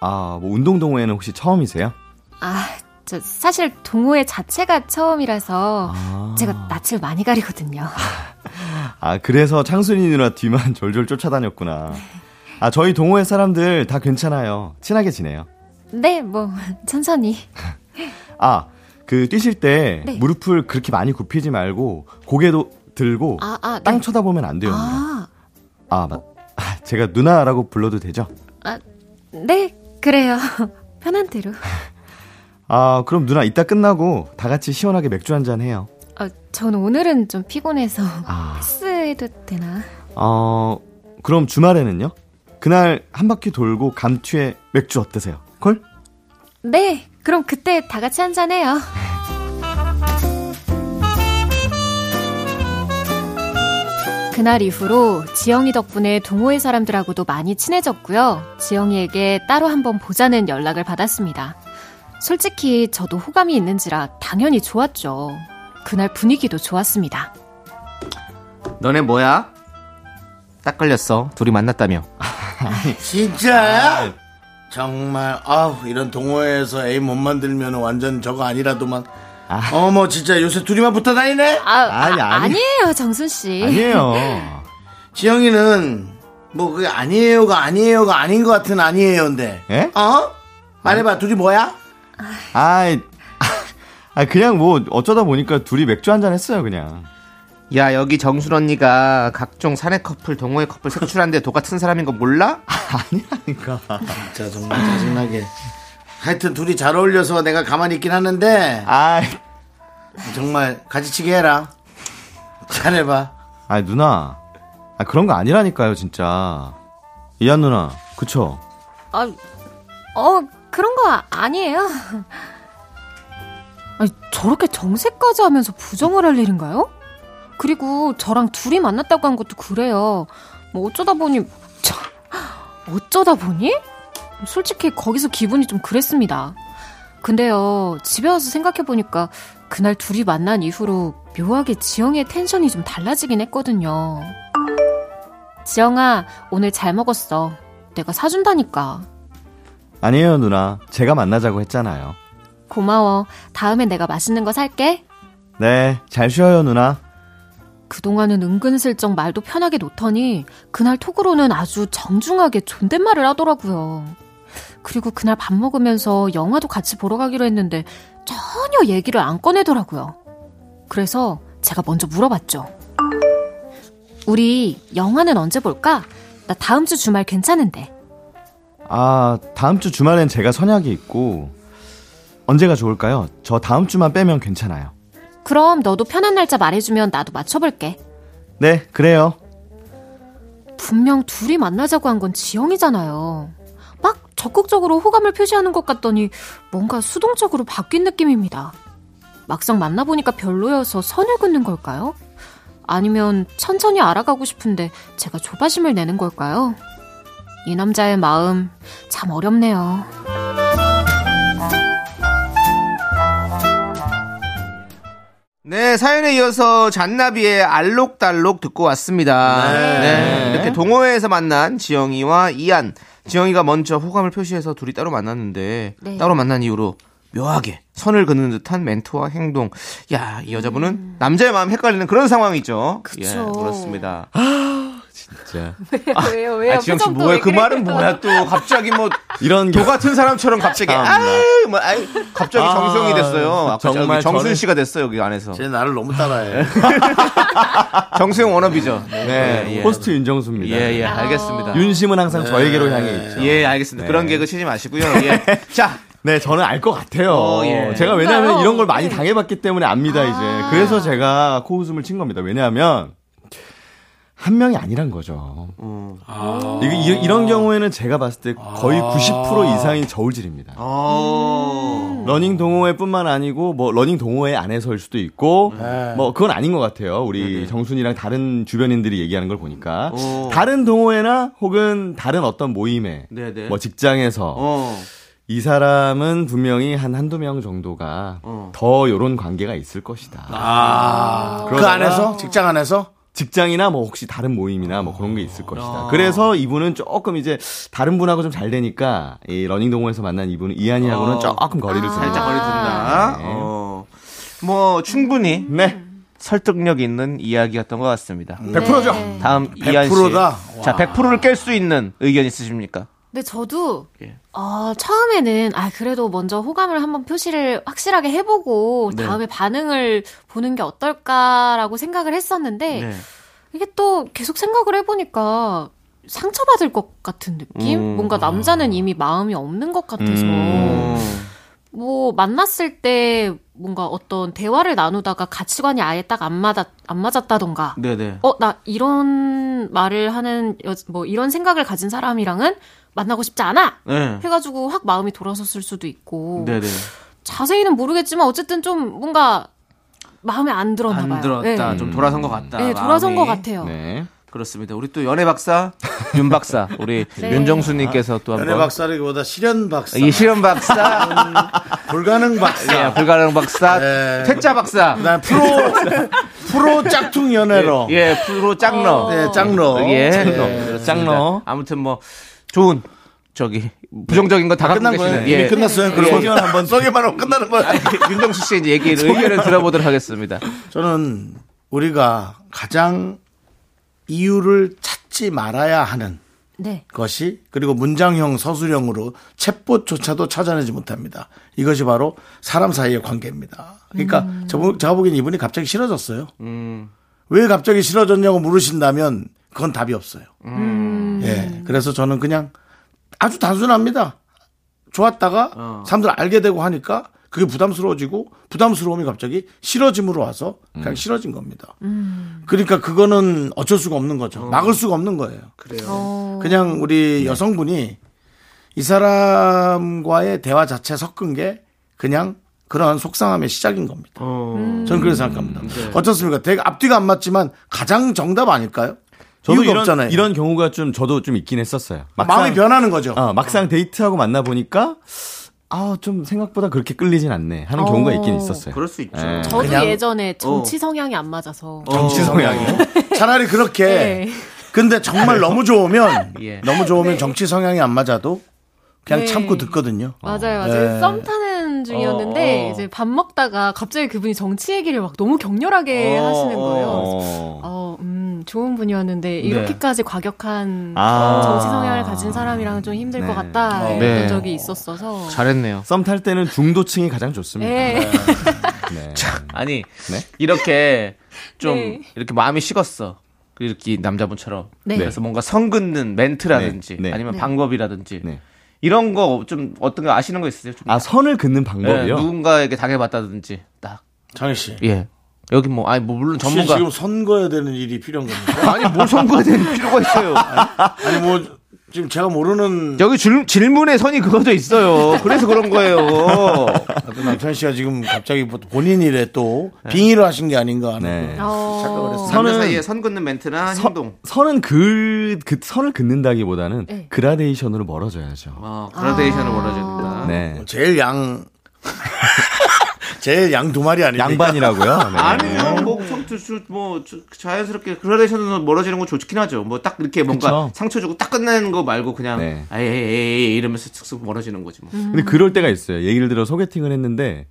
아, 뭐 운동 동호회는 혹시 처음이세요?
아, 저 사실 동호회 자체가 처음이라서
아.
제가 낯을 많이 가리거든요.
아, 그래서 창순이 누나 뒤만 졸졸 쫓아다녔구나. 아, 저희 동호회 사람들 다 괜찮아요. 친하게 지내요.
네, 뭐 천천히.
아, 그 뛰실 때
네.
무릎을 그렇게 많이 굽히지 말고 고개도 들고
아, 아, 네.
땅 쳐다보면 안 돼요. 누나.
아,
아, 맞. 아, 제가 누나라고 불러도 되죠?
아, 네, 그래요. 편한 대로.
아, 그럼 누나 이따 끝나고 다 같이 시원하게 맥주 한잔 해요.
아, 전 오늘은 좀 피곤해서
아.
패스해도 되나?
어, 그럼 주말에는요? 그날 한 바퀴 돌고 감튀에 맥주 어떠세요? 콜?
네, 그럼 그때 다 같이 한잔 해요. 그날 이후로 지영이 덕분에 동호회 사람들하고도 많이 친해졌고요. 지영이에게 따로 한번 보자는 연락을 받았습니다. 솔직히 저도 호감이 있는지라 당연히 좋았죠. 그날 분위기도 좋았습니다.
너네 뭐야? 딱 걸렸어. 둘이 만났다며.
아,
진짜야? 정말 아우 이런 동호회에서 애인 못 만들면 완전 저거 아니라도만 어머 진짜 요새 둘이만 붙어 다니네?
아, 아니, 에요 정순 씨.
지영이는 뭐 그게 아니에요가 아니에요가 아닌 것 같은 아니에요인데.
예?
어? 말해봐 둘이 뭐야?
아이, 아, 그냥 뭐 어쩌다 보니까 둘이 맥주 한잔 했어요, 그냥.
야, 여기 정순 언니가 각종 사내 커플, 동호회 커플 색출하는데 도 같은 사람인 거 몰라?
그러니까.
진짜 정말 짜증나게. 하여튼 둘이 잘 어울려서 내가 가만히 있긴 하는데.
아
정말 가지치기 해라. 잘해봐.
아 누나. 아, 그런 거 아니라니까요, 진짜. 이한 누나, 그쵸?
아, 어, 그런 거 아니에요. 아니, 저렇게 정색까지 하면서 부정을 할 일인가요? 그리고 저랑 둘이 만났다고 한 것도 그래요. 뭐 어쩌다 보니, 참, 어쩌다 보니? 솔직히 거기서 기분이 좀 그랬습니다. 근데요, 집에 와서 생각해보니까 그날 둘이 만난 이후로 묘하게 지영의 텐션이 좀 달라지긴 했거든요. 지영아, 오늘 잘 먹었어. 내가 사준다니까.
아니에요, 누나. 제가 만나자고 했잖아요.
고마워. 다음에 내가 맛있는 거 살게.
네, 잘 쉬어요, 누나.
그동안은 은근슬쩍 말도 편하게 놓더니 그날 톡으로는 아주 정중하게 존댓말을 하더라고요. 그리고 그날 밥 먹으면서 영화도 같이 보러 가기로 했는데 전혀 얘기를 안 꺼내더라고요. 그래서 제가 먼저 물어봤죠. 우리 영화는 언제 볼까? 나 다음 주 주말 괜찮은데.
아, 다음 주 주말엔 제가 선약이 있고, 언제가 좋을까요? 저 다음 주만 빼면 괜찮아요.
그럼 너도 편한 날짜 말해주면 나도 맞춰볼게.
네, 그래요.
분명 둘이 만나자고 한 건 지영이잖아요. 막 적극적으로 호감을 표시하는 것 같더니 뭔가 수동적으로 바뀐 느낌입니다. 막상 만나보니까 별로여서 선을 긋는 걸까요? 아니면 천천히 알아가고 싶은데 제가 조바심을 내는 걸까요? 이 남자의 마음 참 어렵네요.
네, 사연에 이어서 잔나비의 알록달록 듣고 왔습니다.
네.
네, 이렇게 동호회에서 만난 지영이와 이안. 지영이가 먼저 호감을 표시해서 둘이 따로 만났는데
네.
따로 만난 이후로 묘하게 선을 그는 듯한 멘트와 행동. 야, 이 여자분은 남자의 마음 헷갈리는 그런 상황이죠. 예, 그렇습니다. 진짜.
왜요, 네.
아, 지영 씨 뭐야? 그 말은 뭐야? 또 갑자기 뭐
이런
도 같은 사람처럼 갑자기
참나.
아유, 뭐 아유, 갑자기
아,
정성이 됐어요. 아까 저기
정말
정순
저는-
씨가 됐어요 여기 안에서.
제 나를 너무 따라해.
정수영 워너비죠. 네,
호스트 윤정수입니다.
예, 예, 알겠습니다.
윤심은 항상
네.
저에게로 향해 있죠.
예, 알겠습니다. 그런 개그 치지 마시고요. 예. 자.
네, 저는 알 것 같아요.
어, 예.
제가 왜냐하면
그러니까요. 네. 아.
이런 걸 많이 당해봤기 때문에 압니다, 이제. 그래서 제가 코웃음을 친 겁니다. 왜냐하면, 한 명이 아니란 거죠.
음.
이거, 이- 이런 경우에는 제가 봤을 때 거의
아.
90% 이상이 저울질입니다. 어.
음.
러닝 동호회뿐만 아니고 뭐 러닝 동호회 안에서일 수도 있고
네.
뭐 그건 아닌 것 같아요. 우리 정순이랑 다른 주변인들이 얘기하는 걸 보니까
오.
다른 동호회나 혹은 다른 어떤 모임에
어. 네네. 어.
뭐 직장에서 이 사람은 분명히 한 한두 명 정도가 더 요런 관계가 있을 것이다.
아. 그 안에서? 직장 안에서?
직장이나 뭐 혹시 다른 모임이나 뭐 그런 게 있을 것이다.
아.
그래서 이분은 조금 이제 다른 분하고 좀 잘 되니까 이 러닝 동호회에서 만난 이분은 이한이하고는
어.
조금 거리를 둡니다.
살짝 거리 둔다. 어. 뭐 충분히 설득력 있는 이야기였던 것 같습니다.
100% 죠. 네.
다음
100%
이한 씨.
다?
자, 100%를 깰 수 있는 의견 있으십니까?
근데 저도
예.
어, 처음에는 아 그래도 먼저 호감을 한번 표시를 확실하게 해보고
네.
다음에 반응을 보는 게 어떨까라고 생각을 했었는데
네.
이게 또 계속 생각을 해보니까 상처받을 것 같은 느낌?
음.
뭔가 남자는 이미 마음이 없는 것 같아서
어.
뭐 만났을 때 뭔가 어떤 대화를 나누다가 가치관이 아예 딱 안 맞았 안 맞았다던가
네네.
어, 나 이런 말을 하는, 여- 뭐, 이런 생각을 가진 사람이랑은 만나고 싶지 않아!
네.
해가지고 확 마음이 돌아섰을 수도 있고.
네네.
자세히는 모르겠지만, 어쨌든 좀 뭔가 마음에 안 들었나 봐요.
안 들었다.
네.
좀 돌아선 것 같다.
네, 돌아선
마음이.
것 같아요.
그렇습니다. 우리 또 연애 박사 윤 박사 우리
네.
윤정수님께서 또 한번 아,
연애 박사라기보다 실현 박사.
이 실현 박사.
불가능 박사.
예, 불가능 박사,
네.
퇴짜 박사.
난 아, 프로 프로 짝퉁 연애로.
예, 예, 프로 짝러.
예, 짝러.
예,
짝러.
예, 짝러. 아무튼 뭐 좋은 저기 부정적인 거 다 갖고
끝난 거예요.
계시네.
이미 끝났어요. 그럼 소개만 한번 소개만 하고 끝나는 거야.
윤정수 씨의 이제 얘기를 의견을 들어보도록 하겠습니다.
저는 우리가 가장 이유를 찾지 말아야 하는
네.
것이 그리고 문장형 서술형으로 챗봇조차도 찾아내지 못합니다. 이것이 바로 사람 사이의 관계입니다. 그러니까 저보, 제가 보기엔 이분이 갑자기 싫어졌어요. 왜 갑자기 싫어졌냐고 물으신다면 그건 답이 없어요.
음.
음,
예. 그래서 저는 그냥 아주 단순합니다. 좋았다가
어.
사람들 알게 되고 하니까 그게 부담스러워지고 부담스러움이 갑자기 싫어짐으로 와서 그냥 싫어진 겁니다. 그러니까 그거는 어쩔 수가 없는 거죠. 막을 수가 없는 거예요.
어.
그래요.
그냥 우리 여성분이 이 사람과의 대화 자체 섞은 게 그냥 그런 속상함의 시작인 겁니다.
어.
저는 그렇게 생각합니다.
음. 네.
어떻습니까? 되게 앞뒤가 안 맞지만 가장 정답 아닐까요?
저도
이유가
이런,
없잖아요.
이런 경우가 좀 저도 좀 있긴 했었어요.
마음이 변하는 거죠.
어, 막상 데이트하고 만나 보니까 아 좀 생각보다 그렇게 끌리진 않네 하는 경우가 있긴
어.
있었어요.
그럴 수 있죠.
저도 예전에 정치 성향이 안 맞아서.
어,
정치 성향이.
어. 차라리 그렇게.
네.
근데 정말 너무 좋으면
예.
너무 좋으면 정치 성향이 안 맞아도 그냥
네.
참고 듣거든요.
맞아요, 맞아요.
예.
썸 타는 중이었는데,
어, 어.
이제 밥 먹다가 갑자기 그분이 정치 얘기를 막 너무 격렬하게 하시는 거예요. 어, 음, 좋은 분이었는데 이렇게까지 과격한
아.
정치 성향을 가진 사람이랑은 좀 힘들
네.
것 같다
어.
이런
네.
적이 있었어서
잘했네요.
썸 탈 때는 중도층이 가장 좋습니다.
네.
아니
네?
이렇게 좀
네.
이렇게 마음이 식었어. 이렇게 남자분처럼
네.
그래서 뭔가 성 긋는 멘트라든지
네. 네.
아니면
네.
방법이라든지 이런 거 좀 어떤 거 아시는 거 있으세요? 좀
아 선을 긋는 방법이요.
예, 누군가에게 당해봤다든지 딱.
장희 씨.
예. 여기 뭐 아니 뭐 물론
혹시
전문가.
지금 선거해야 되는 일이 필요한 겁니까?
아니 뭘 선거해야 되는 필요가 있어요.
아니, 아니, 뭐 지금 제가 모르는
여기 질, 질문의 선이 그어져 있어요. 그래서 그런 거예요.
아까 남찬 씨가 지금 갑자기 뭐 본인 일에 또 빙의를 하신 게 아닌가 하는
네.
착각을 했어요.
선은 사이에 선 긋는 멘트나 행동.
선은 그, 그 선을 긋는다기보다는 그라데이션으로 멀어져야죠.
어, 그라데이션을 멀어진다.
네.
뭐 제일 양 제일 양 두 마리 아니에요?
양반이라고요? 네.
아니요, 뭐, 성투, 수- 뭐, 저- 자연스럽게 그라데이션으로 멀어지는 건 좋긴 하죠. 뭐, 딱 이렇게 뭔가
그쵸. 네.
상처 주고 딱 끝내는 거 말고 그냥, 아예, 예, 예, 이러면서 슥슥 멀어지는 거지 뭐.
근데 그럴 때가 있어요. 예를 들어 소개팅을 했는데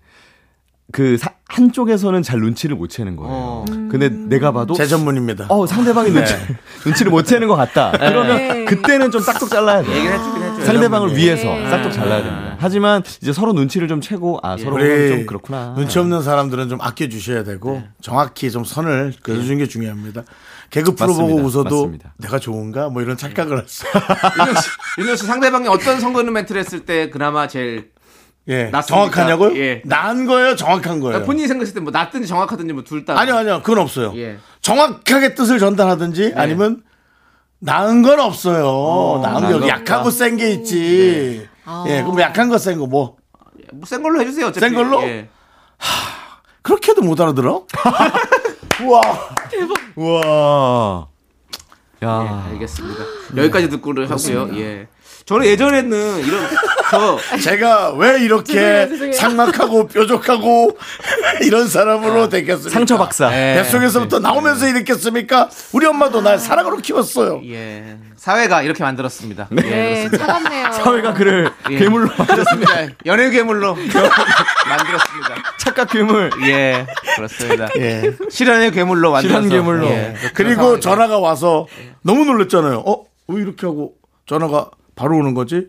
그 사- 한쪽에서는 잘 눈치를 못 채는 거예요.
어.
근데 내가 봐도
제 전문입니다.
어 상대방이
네.
눈치, 눈치를 못 채는 것 같다. 그러면 그때는 좀 싹둑 잘라야 돼요.
네. 얘기를 해주긴 해줘요.
상대방을
네.
위해서
네.
싹둑 잘라야 됩니다. 하지만 이제 서로 눈치를 좀 채고
예.
아 서로
우리
좀 그렇구나.
눈치 없는 사람들은 좀 아껴 주셔야 되고 정확히 좀 선을 그어 주는 게 중요합니다. 개그 프로
맞습니다.
보고 웃어도
맞습니다.
내가 좋은가 뭐 이런 착각을 했어.
윤정 씨, 상대방이 어떤 선 긋는 멘트를 했을 때 그나마 제일
예.
낫습니까?
정확하냐고요?
예.
나은 거예요, 정확한
네.
거예요.
그러니까 본인이 생각했을 때 뭐 낫든지 정확하든지 뭐 둘 다.
아니요, 아니요. 그건 없어요.
예.
정확하게 뜻을 전달하든지 아니면 나은 건 없어요. 나은
나은
게 여기
건
약하고
없다.
센 게 있지. 예, 그럼 약한 거 센 거 뭐?
뭐센 걸로 해주세요. 어차피.
센 걸로?
예.
그렇게도 못 알아들어? 우와.
우와. 야.
알겠습니다. 여기까지 듣고 하고요. 예. 저는 예전에는 이런 저
제가 왜 이렇게
죄송해요, 죄송해요.
상막하고 뾰족하고 이런
아,
사람으로 됐겠습니까? 상처 박사.
네.
뱃속에서부터 나오면서 이랬겠습니까? 우리 엄마도 날 사랑으로 키웠어요.
예. 사회가 이렇게 만들었습니다. 예,
네,
그렇습니다.
차갑네요.
그를 괴물로
만들었습니다. 연애 괴물로 만들었습니다.
착각 괴물.
예, 그렇습니다.
예.
실현의 괴물로 만들어서.
실현 괴물로.
예, 그렇게
네. 그리고
상황이-
전화가 와서 너무 놀랐잖아요. 어, 왜 이렇게 하고 전화가 바로 오는 거지?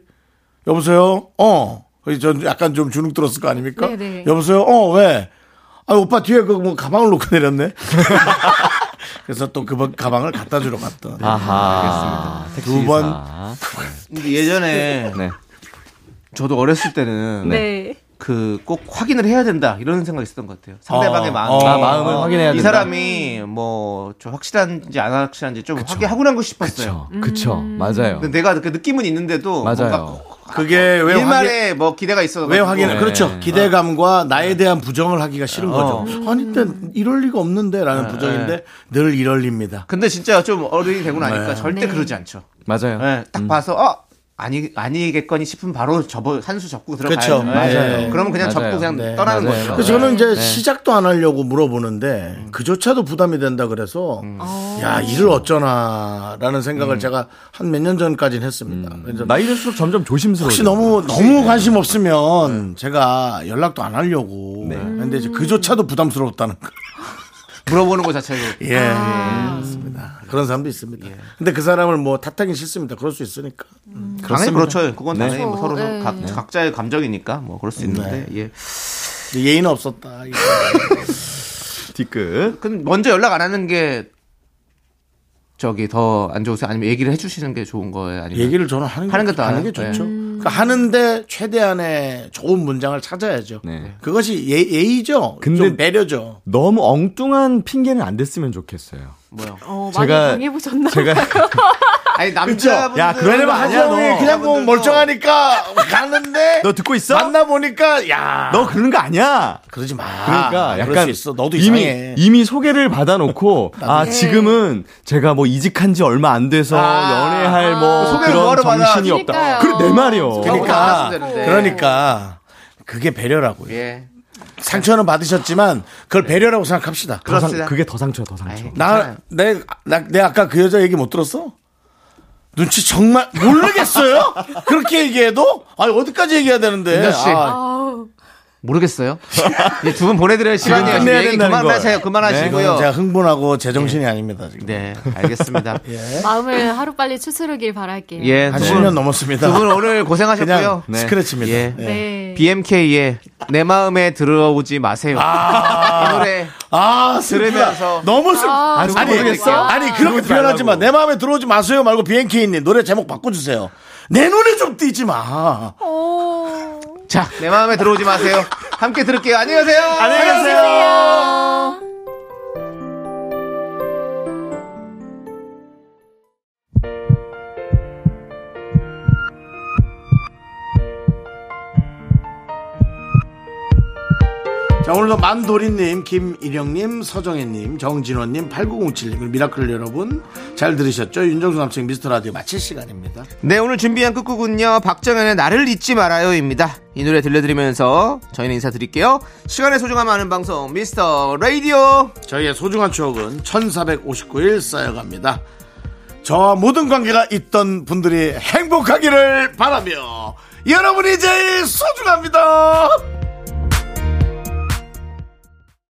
여보세요? 어. 거기 전 약간 좀 주눅 들었을 거 아닙니까?
네네.
여보세요? 어, 왜? 아, 오빠 뒤에 그 뭐 가방을 놓고 내렸네? 그래서 또 그 가방을 갖다 주러 갔던.
네,
아.
아하.
두 번.
근데 예전에 저도 어렸을 때는
네.
그 꼭 확인을 해야 된다 이런 생각이 있었던 것 같아요. 상대방의
어,
마음,
어, 아, 마음을 확인해야
이
된다.
사람이 뭐저 확실한지 안 확실한지 좀 확인하고 난거 싶었어요.
그쵸. 맞아요.
근데 내가 그 느낌은 있는데도
맞아요.
그게 왜
일말에 뭐 기대가 있어.
왜 확인을 그렇죠 기대감과 나에 대한 부정을 하기가 싫은
네. 어.
거죠 아니 때 이럴 리가 없는데라는
네,
부정인데
네.
늘 이럴립니다
근데 진짜 좀 어른이 되고 나니까
네.
절대
네.
그러지 않죠.
맞아요.
네, 딱 봐서 어 아니 아니겠거니 싶으면 바로 접어 한수 접고 들어가요.
그렇죠 맞아요
그러면 그냥 접고 그냥 떠나는
맞아요.
거예요.
네.
그래서 저는 이제 시작도 안 하려고 물어보는데 그조차도 부담이 된다 그래서 야 일을 어쩌나라는 생각을 제가 한 몇 년 전까지는 했습니다 그래서
나이 들수록 점점 조심스러워.
혹시 너무 너무 관심 없으면 제가 연락도 안 하려고 근데 이제 그조차도 부담스럽다는 거
물어보는 거 자체도
예. 맞습니다. 그런 사람도 있습니다. 근데 그 사람을 뭐 탓하기 싫습니다. 그럴 수 있으니까.
당연히 그렇죠. 그건
네.
당연히 뭐 서로
그렇죠.
각,
네.
각자의 감정이니까 뭐 그럴 수 있는데 예.
근데 예의는 없었다. 이거.
뒤끝.
근데 먼저 연락 안 하는 게 저기 더 안 좋으세요? 아니면 얘기를 해주시는 게 좋은 거예요? 아니면
얘기를 저는 하는 게,
하는 것도
하는 게
안-
좋죠. 그러니까 하는데 최대한의 좋은 문장을 찾아야죠. 그것이 예, 예의죠.
네. 근데-
좀 배려죠.
너무 엉뚱한 핑계는 안 댔으면 좋겠어요.
뭐요?
어, 많이
제가-
당해보셨나?
제가
아니
그렇죠.
남자분들
야, 그런
왜냐면 한
아니야,
사람이
너.
그냥 보면 멀쩡하니까 가는데
너 듣고 있어?
만나보니까 야
너 그러는 거 아니야.
그러지 마.
그러니까
그럴
약간
수 있어. 너도
이미
이상해.
이미 소개를 받아놓고 아 지금은 제가 뭐 이직한 지 얼마 안 돼서 연애할 뭐
소개를
그런
뭐하러 받아.
정신이 없다. 그래 내
어,
말이요.
그러니까
나갔으면
네.
되는데.
그러니까 그게 배려라고요.
예.
상처는 받으셨지만 그걸
네.
배려라고 생각합시다.
더 상-
그렇습니다.
그게 더 상처 더 상처.
나, 내, 나, 내 아까 그 여자 얘기 못 들었어? 눈치 정말 모르겠어요? 그렇게 얘기해도? 아니, 어디까지 얘기해야 되는데.
네,
민아 씨.
아,
모르겠어요. 예, 두 분 보내드릴 시간이에요. 지금
끝내야
얘기
된다는
그만하세요.
거예요.
네,
그만하시고요.
이건 제가 흥분하고 제정신이 아닙니다, 지금.
네, 알겠습니다.
예. 마음을 하루빨리 추스르길 바랄게요.
예,
한
두
10년
분,
넘었습니다.
두 분 오늘
그냥
고생하셨고요.
스크래치입니다.
예.
예.
네.
BMK의 내 마음에 들어오지 마세요. 이 노래
아, 들으면서.
들으면서.
너무 슬
아,
아니, 아니,
모르겠어?
아니, 그렇게 표현하지 마. 내 마음에 들어오지 마세요 말고 BNK님 노래 제목 바꿔주세요. 내 눈에 좀 띄지 마.
자, 내 마음에 들어오지 마세요. 함께 들을게요. 안녕히 가세요. 안녕히
자, 오늘도 만도리님, 김일영님, 서정혜님, 정진원님, 8907님, 그리고 미라클 여러분 잘 들으셨죠? 윤정수 남친 미스터 라디오 마칠 시간입니다.
네, 오늘 준비한 끝곡은요. 박정현의 나를 잊지 말아요입니다. 이 노래 들려드리면서 저희는 인사드릴게요. 시간의 소중함 아는 방송 미스터 라디오.
저희의 소중한 추억은 1459일 쌓여갑니다. 저와 모든 관계가 있던 분들이 행복하기를 바라며 여러분이 제일 소중합니다.